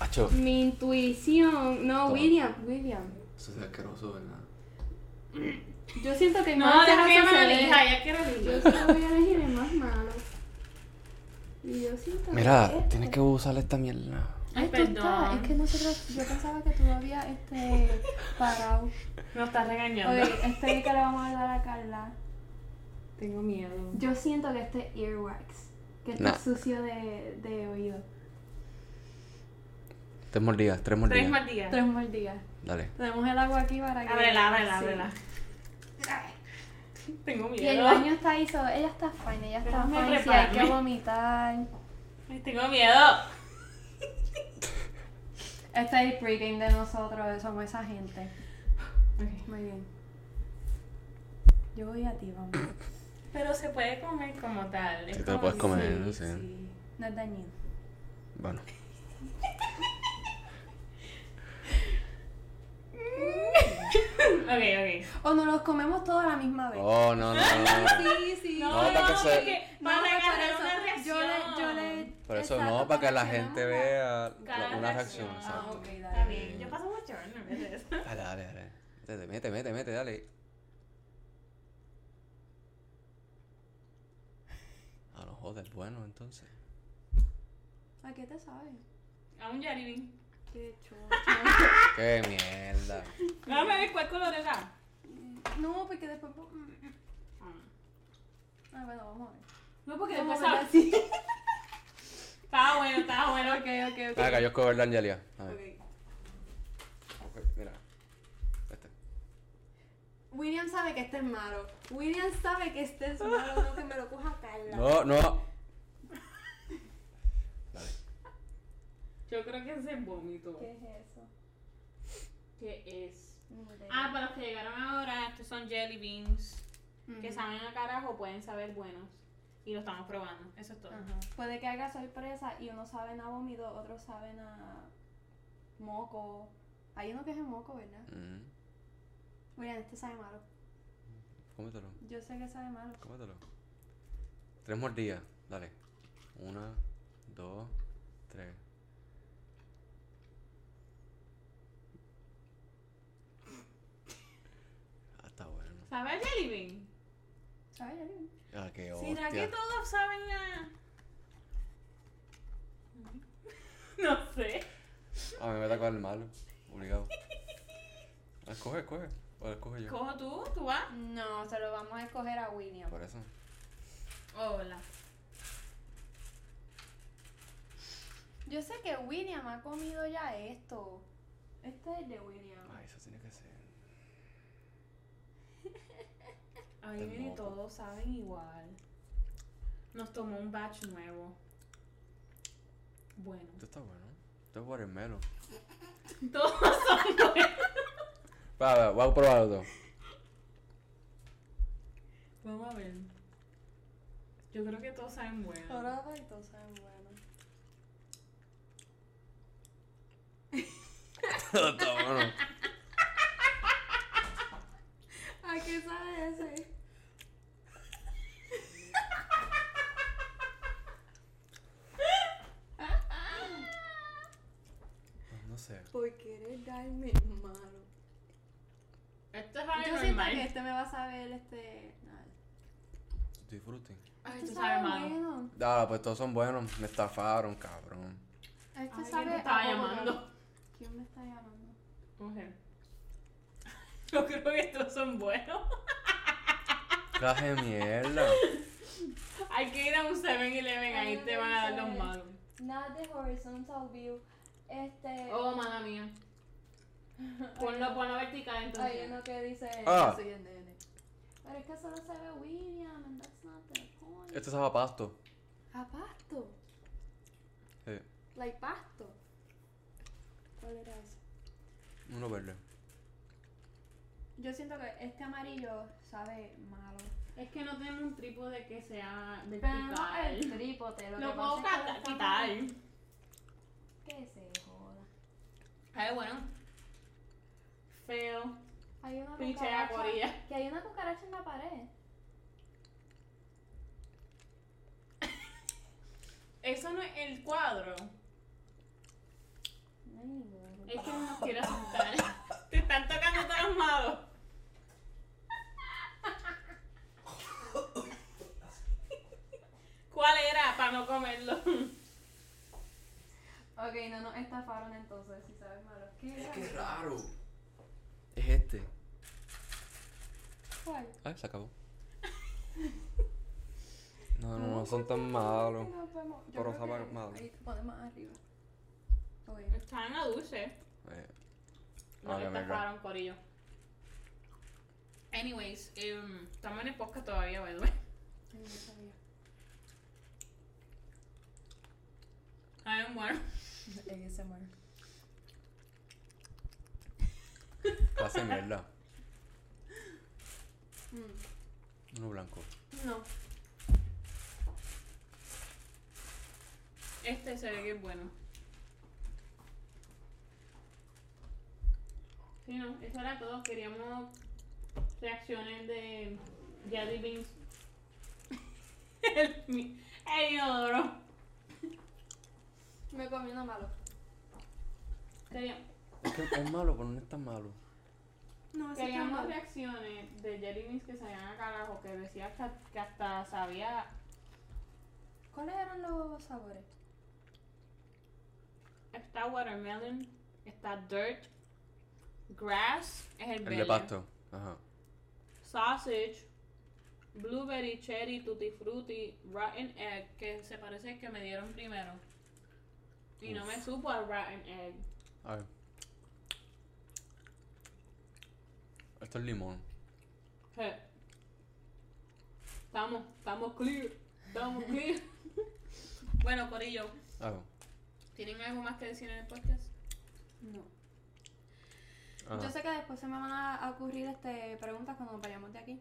Speaker 4: Hacho.
Speaker 6: Mi intuición. No,
Speaker 4: Toma.
Speaker 6: William. William.
Speaker 4: Eso es asqueroso, ¿verdad?
Speaker 6: Yo siento
Speaker 3: Mm.
Speaker 6: que el
Speaker 1: No,
Speaker 3: Ah,
Speaker 6: más
Speaker 1: déjame que
Speaker 6: asqueroso se
Speaker 1: ella me la
Speaker 6: ve.
Speaker 1: elija, ella quiere
Speaker 6: Yo
Speaker 1: elegir.
Speaker 6: solo voy a elegir el más malo. Y yo siento
Speaker 4: Mira,
Speaker 6: este-
Speaker 4: tienes que usar esta mierda.
Speaker 1: Ay,
Speaker 3: Esto está,
Speaker 1: perdón.
Speaker 3: es que nosotros, yo pensaba que tú habías este,
Speaker 1: [LAUGHS]
Speaker 3: parado.
Speaker 1: Nos estás regañando.
Speaker 3: Oye, este es que le vamos a dar a Carla.
Speaker 1: Tengo miedo.
Speaker 6: Yo siento que este es earwax, que está
Speaker 4: Nah.
Speaker 6: sucio de, de oído.
Speaker 4: Tres mordidas, tres mordidas.
Speaker 1: Tres más días.
Speaker 3: Tres mordidas.
Speaker 4: Dale.
Speaker 3: Tenemos el agua aquí para que.
Speaker 1: Ábrela, ábrela,
Speaker 3: Sí.
Speaker 1: ábrela. Tengo
Speaker 3: Y el
Speaker 1: miedo.
Speaker 3: baño está ahí, so- ella está fine, ella está
Speaker 1: Déjame
Speaker 3: fine. Si hay
Speaker 1: prepararme.
Speaker 3: que vomitar.
Speaker 1: Ay, Tengo miedo.
Speaker 3: Este es el pregame de nosotros, somos esa gente. Muy bien. Yo voy a
Speaker 4: [COUGHS]
Speaker 3: ti, vamos.
Speaker 1: Pero se puede comer como tal. es
Speaker 4: Sí, te lo
Speaker 1: como-
Speaker 4: puedes comer,
Speaker 1: sí,
Speaker 4: no sé.
Speaker 1: sí.
Speaker 3: No es dañino.
Speaker 4: Bueno.
Speaker 3: [LAUGHS]
Speaker 1: Ok, ok.
Speaker 3: O nos los comemos todos a la misma vez.
Speaker 4: Oh, no, no, no. no.
Speaker 3: Sí, sí.
Speaker 1: No,
Speaker 4: No, para que
Speaker 1: no,
Speaker 4: se-
Speaker 1: porque
Speaker 3: No,
Speaker 1: van a
Speaker 3: por
Speaker 1: agarrar
Speaker 3: eso.
Speaker 1: una reacción.
Speaker 3: Yo le, yo le.
Speaker 4: Por eso
Speaker 3: Exacto,
Speaker 4: no, para que la
Speaker 3: reaccionamos
Speaker 4: gente
Speaker 3: la-
Speaker 4: vea
Speaker 1: Cada
Speaker 4: la- una
Speaker 1: reacción.
Speaker 4: reacción.
Speaker 3: Ah,
Speaker 4: Exacto.
Speaker 3: ok,
Speaker 1: Está
Speaker 3: dale.
Speaker 1: bien, yo paso mucho, no me haces eso.
Speaker 4: Dale, dale, dale. Métete, mete, mete, mete, dale. A los joder, Ah, bueno, entonces.
Speaker 3: ¿A qué te sabe?
Speaker 1: A un Jaribin.
Speaker 3: Qué chulo.
Speaker 4: Qué mierda.
Speaker 1: No me ves cuál color era.
Speaker 3: [LAUGHS] No, porque después. mm, Ah, bueno, vamos a ver.
Speaker 1: No, porque
Speaker 3: Vamos
Speaker 1: después
Speaker 3: a ver
Speaker 1: pues sabe- [LAUGHS]
Speaker 3: así.
Speaker 1: Estaba bueno, estaba bueno.
Speaker 3: Ok, ok,
Speaker 4: Ah,
Speaker 3: ok.
Speaker 4: cayó Escobar de Angelia. A ver.
Speaker 3: Ok.
Speaker 4: Ok, mira. Este.
Speaker 3: William sabe que este es malo. William sabe que este es malo, no que me lo coja Carla.
Speaker 4: No, no.
Speaker 1: Yo creo que es el vómito.
Speaker 3: ¿Qué es eso?
Speaker 1: ¿Qué es?
Speaker 3: Ni idea.
Speaker 1: Ah, para los que llegaron ahora, estos son jelly beans.
Speaker 3: Ujú.
Speaker 1: Que saben a carajo, pueden saber buenos. Y lo estamos probando. Eso es todo.
Speaker 3: Ajá. Puede que haga sorpresa y unos saben a vómito, otros saben a moco. Hay uno que es de moco, ¿verdad?
Speaker 4: Mm.
Speaker 3: William, este sabe malo.
Speaker 4: Cómetelo,
Speaker 3: Yo sé que sabe malo.
Speaker 4: cómetelo. Tres mordidas, dale. Una, dos, tres. Ah, está bueno.
Speaker 1: ¿Sabe a jelly bean?
Speaker 3: Ay, ay,
Speaker 4: Ah, qué
Speaker 1: ¿Será que
Speaker 4: hostia.
Speaker 1: todos saben a...? [LAUGHS] No sé.
Speaker 4: A mí Ah, me tocó el malo, obligado. Ah, coge, coge. O la coge yo.
Speaker 1: ¿Cojo tú? ¿Tú vas?
Speaker 3: ay. No, se lo vamos a escoger a William.
Speaker 4: Por eso.
Speaker 1: Hola.
Speaker 3: Yo sé que William ha comido ya esto. Este es el de William.
Speaker 4: Ay, eso tiene que ser.
Speaker 1: Ay,
Speaker 4: Del
Speaker 1: miren,
Speaker 4: moco.
Speaker 1: todos saben igual. Nos tomó un batch nuevo. Bueno. [LAUGHS]
Speaker 4: Esto está bueno. Esto es watermelon.
Speaker 1: Todos son buenos.
Speaker 4: Va, va, voy a probar [LAUGHS] otro.
Speaker 1: Vamos a ver. Yo creo que todos saben bueno.
Speaker 3: Ahora va y todos saben bueno.
Speaker 4: está bueno.
Speaker 3: ¿A qué sabe ese? [LAUGHS]
Speaker 4: No sé.
Speaker 3: Por querer darme malo.
Speaker 1: [LAUGHS] Esto es algo
Speaker 3: Yo siento
Speaker 1: normal.
Speaker 3: que este me va a saber este. nada.
Speaker 4: Disfruten.
Speaker 1: Ay, esto sabe malo.
Speaker 3: bueno.
Speaker 4: Dale, pues todos son buenos. Me estafaron, cabrón.
Speaker 3: Este
Speaker 1: Ay,
Speaker 3: sabe.
Speaker 1: ¿quién te
Speaker 3: a
Speaker 1: estaba
Speaker 3: pollo.
Speaker 1: llamando?
Speaker 3: ¿Quién me está llamando?
Speaker 1: Mujer. [LAUGHS] Yo creo que estos son buenos. [LAUGHS]
Speaker 4: Clase de mierda.
Speaker 1: Hay que ir a un 7-Eleven, ahí
Speaker 3: Ay,
Speaker 1: te van a dar los
Speaker 3: sí.
Speaker 1: malos.
Speaker 3: Not the horizontal view. Este.
Speaker 1: Oh,
Speaker 3: [LAUGHS]
Speaker 1: mala mía. Ponlo, ponlo vertical
Speaker 3: Hay
Speaker 1: entonces.
Speaker 3: uno que dice.
Speaker 4: Ah.
Speaker 3: Yo soy el nene. Pero es que solo se ve William, and that's not the point.
Speaker 4: Esto Este sabe a pasto.
Speaker 8: Ah,
Speaker 3: A pasto.
Speaker 4: Sí.
Speaker 3: Like pasto. ¿Cuál era eso?
Speaker 4: Uno verde.
Speaker 8: Yo siento que este amarillo sabe malo.
Speaker 1: Es que no tenemos un trípode que sea
Speaker 3: Pero no
Speaker 1: vertical.
Speaker 3: el trípode. Lo,
Speaker 1: Lo
Speaker 3: que
Speaker 1: puedo
Speaker 3: pasa es
Speaker 1: cata-
Speaker 3: que lo
Speaker 1: quitar.
Speaker 3: estamos- Que se joda.
Speaker 1: Ay, bueno. Feo.
Speaker 3: Hay una
Speaker 1: Pinche
Speaker 3: cucaracha.
Speaker 1: acuarilla.
Speaker 3: Que hay una cucaracha en la pared.
Speaker 1: Eso no es el cuadro.
Speaker 3: No hay ninguna.
Speaker 1: Es que no quiero asustar. [LAUGHS] Te están tocando todos los malos. ¿Cuál era para no comerlo?
Speaker 3: Ok, no nos estafaron entonces, si sabes malo. ¿Qué era?
Speaker 9: ¡Qué raro!
Speaker 4: Es este.
Speaker 3: ¿Cuál?
Speaker 4: Ah, se [LAUGHS] acabó. No, no, no son tan malos.
Speaker 8: Nos vemos. Yo
Speaker 4: Pero
Speaker 8: creo
Speaker 4: sabe
Speaker 8: que
Speaker 4: malo.
Speaker 8: Ahí te pones más arriba. Ok.
Speaker 1: Estaban a dulce.
Speaker 4: Eh,
Speaker 1: No
Speaker 4: vale,
Speaker 1: le
Speaker 4: verga.
Speaker 1: estafaron, corillo. Anyways, em, estamos en el podcast todavía, by the way.
Speaker 8: Ay, no sabía.
Speaker 1: Ay, me muero.
Speaker 8: [LAUGHS] ASMR.
Speaker 4: Clase de mierda.
Speaker 8: Mm,
Speaker 4: Uno blanco.
Speaker 8: No.
Speaker 1: Este se ve que es bueno. Sí, no, eso era todo. Queríamos reacciones de Jelly Beans. [LAUGHS] el, mi- el inodoro.
Speaker 3: Me comí una malo.
Speaker 1: Quería-
Speaker 4: Es que es malo, pero no es tan malo.
Speaker 8: No, ese está
Speaker 1: queríamos
Speaker 8: malo.
Speaker 1: reacciones de Jelly Beans que salían a carajo, que decía hasta- que hasta sabía
Speaker 8: ¿Cuáles eran los sabores?
Speaker 1: Está watermelon, está dirt, grass, es el,
Speaker 4: El
Speaker 1: verde,
Speaker 4: de pasto. Ajá.
Speaker 1: sausage, blueberry, cherry, tutti frutti, rotten egg, que se parece que me dieron primero. Y no me supo a rotten egg.
Speaker 4: A ver. Esto es limón.
Speaker 1: Je. Estamos, estamos clear, estamos clear. bueno, Corillo,
Speaker 4: A ver.
Speaker 1: ¿tienen algo más que decir en el podcast?
Speaker 8: No. Yo
Speaker 4: Ajá.
Speaker 8: sé que después se me van a a ocurrir este, preguntas cuando nos vayamos de aquí.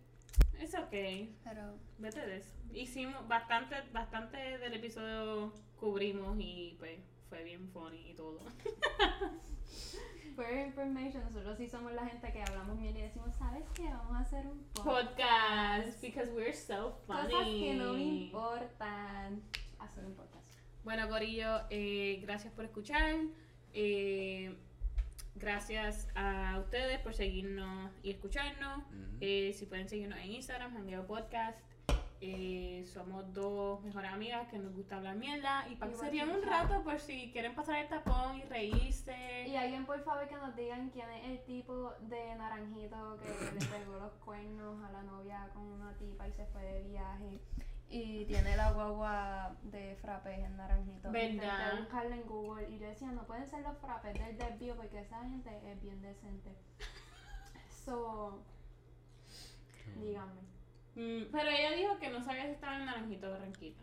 Speaker 1: Es ok.
Speaker 8: Pero.
Speaker 1: Vete de eso. Hicimos bastante, bastante del episodio cubrimos y pues fue bien funny y todo.
Speaker 3: For your information, nosotros sí somos la gente que hablamos bien y decimos, ¿sabes qué? Vamos a hacer un podcast.
Speaker 1: Podcast, because we're so
Speaker 3: Cosas
Speaker 1: funny.
Speaker 3: que no me importan. Hacer un podcast.
Speaker 1: Bueno, Corillo, eh, gracias por escuchar. Eh, gracias a ustedes por seguirnos y escucharnos.
Speaker 4: Ujú.
Speaker 1: Eh, si pueden seguirnos en Instagram, Hangueo Podcast. Eh, somos dos mejores amigas que nos gusta hablar mierda y
Speaker 3: Y
Speaker 1: pasarían un
Speaker 3: bochinchar.
Speaker 1: rato por si quieren pasar el tapón y reírse.
Speaker 3: Y alguien, por favor, que nos digan quién es el tipo de naranjito que le pegó los cuernos a la novia con una tipa y se fue de viaje.
Speaker 8: Y tiene la guagua de frappés en naranjito.
Speaker 1: Ve-
Speaker 3: Intenté
Speaker 1: ¿Verdad?
Speaker 3: buscarlo en Google y yo decía, no pueden ser los frappés del desvío porque esa gente es bien decente. So, díganme.
Speaker 1: Mm, pero ella dijo que no sabía si estaba en naranjito o barranquita.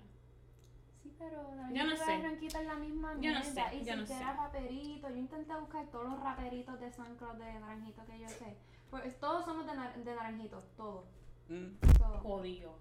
Speaker 3: Sí, pero la
Speaker 1: Yo no
Speaker 3: misma
Speaker 1: sé.
Speaker 3: Blanquita es la misma
Speaker 1: Yo no
Speaker 3: mierda.
Speaker 1: sé,
Speaker 3: Y
Speaker 1: yo
Speaker 3: si
Speaker 1: no
Speaker 3: que
Speaker 1: sé.
Speaker 3: era raperito, yo intenté buscar todos los raperitos de San Claus de Naranjito que yo sé. Pues todos somos de, nar- de Naranjito, todos.
Speaker 4: Mm.
Speaker 3: So,
Speaker 1: Jodido.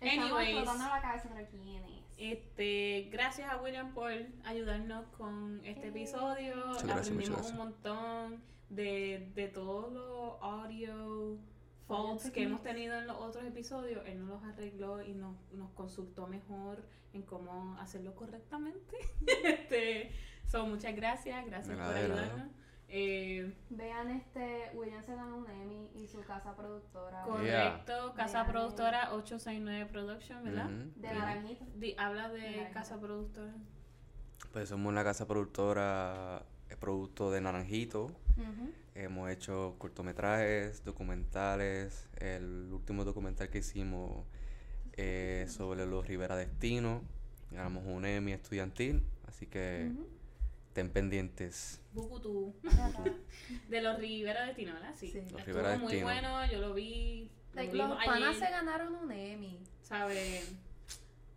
Speaker 3: estamos
Speaker 1: Anyways.
Speaker 3: explotando la cabeza sobre quién es.
Speaker 1: Este, gracias a William por ayudarnos con este
Speaker 3: Eh.
Speaker 1: episodio.
Speaker 4: Muchas gracias,
Speaker 1: Aprendimos
Speaker 4: muchas gracias.
Speaker 1: un montón de, de todos los audio faults que hemos tenido en los otros episodios. Él nos los arregló y nos, nos consultó mejor en cómo hacerlo correctamente. [LAUGHS] este, so, muchas gracias, gracias
Speaker 4: De
Speaker 1: por
Speaker 4: nada, de nada.
Speaker 1: ayudarnos. Eh,
Speaker 3: Vean este, William se ganó un Emmy y su casa productora
Speaker 1: correcto, Casa
Speaker 3: Vean.
Speaker 1: Productora 869 Production, ¿verdad?
Speaker 4: Ujú.
Speaker 3: de
Speaker 4: Sí.
Speaker 3: Naranjito.
Speaker 1: Di- habla de
Speaker 3: Naranjito.
Speaker 1: Casa Productora.
Speaker 4: Pues somos la casa productora, eh, producto de Naranjito.
Speaker 8: Ujú.
Speaker 4: Hemos hecho cortometrajes, documentales. El último documental que hicimos eh, sobre los Rivera Destino. Ganamos un Emmy estudiantil. Así que
Speaker 2: Estén pendientes.
Speaker 1: Bucutú. [LAUGHS] De los Rivera de Tinola, sí.
Speaker 3: Sí. Los
Speaker 1: Estuvo
Speaker 2: Rivera de
Speaker 1: muy
Speaker 2: Tino.
Speaker 1: bueno, yo lo vi. Lo
Speaker 3: Like,
Speaker 1: vimos
Speaker 3: los panas
Speaker 1: allí,
Speaker 3: se ganaron un Emmy.
Speaker 1: ¿sabe?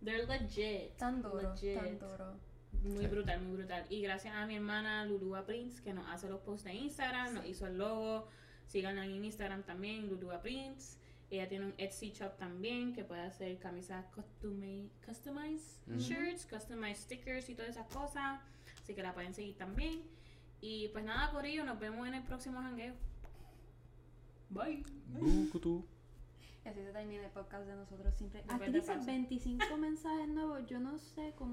Speaker 1: They're legit.
Speaker 3: Tan duro,
Speaker 1: legit.
Speaker 3: tan duro.
Speaker 1: Muy
Speaker 2: Sí.
Speaker 1: brutal, muy brutal. Y gracias a mi hermana Lulúa Prince, que nos hace los posts de Instagram, nos hizo el logo. Síganla en Instagram también, Lulúa Prince. Ella tiene un Etsy shop también que puede hacer camisas customi- customized
Speaker 2: Ujú.
Speaker 1: shirts, customized stickers y todas esas cosas. Así que la pueden seguir también. Y pues nada, Corillo, nos vemos en el próximo jangueo. Bye.
Speaker 2: Bucutú.
Speaker 3: Y así se termina el podcast de nosotros siempre.
Speaker 1: Después
Speaker 3: Aquí
Speaker 1: de
Speaker 3: dicen [LAUGHS]
Speaker 1: pausa.
Speaker 3: 25 mensajes nuevos. Yo no sé cómo.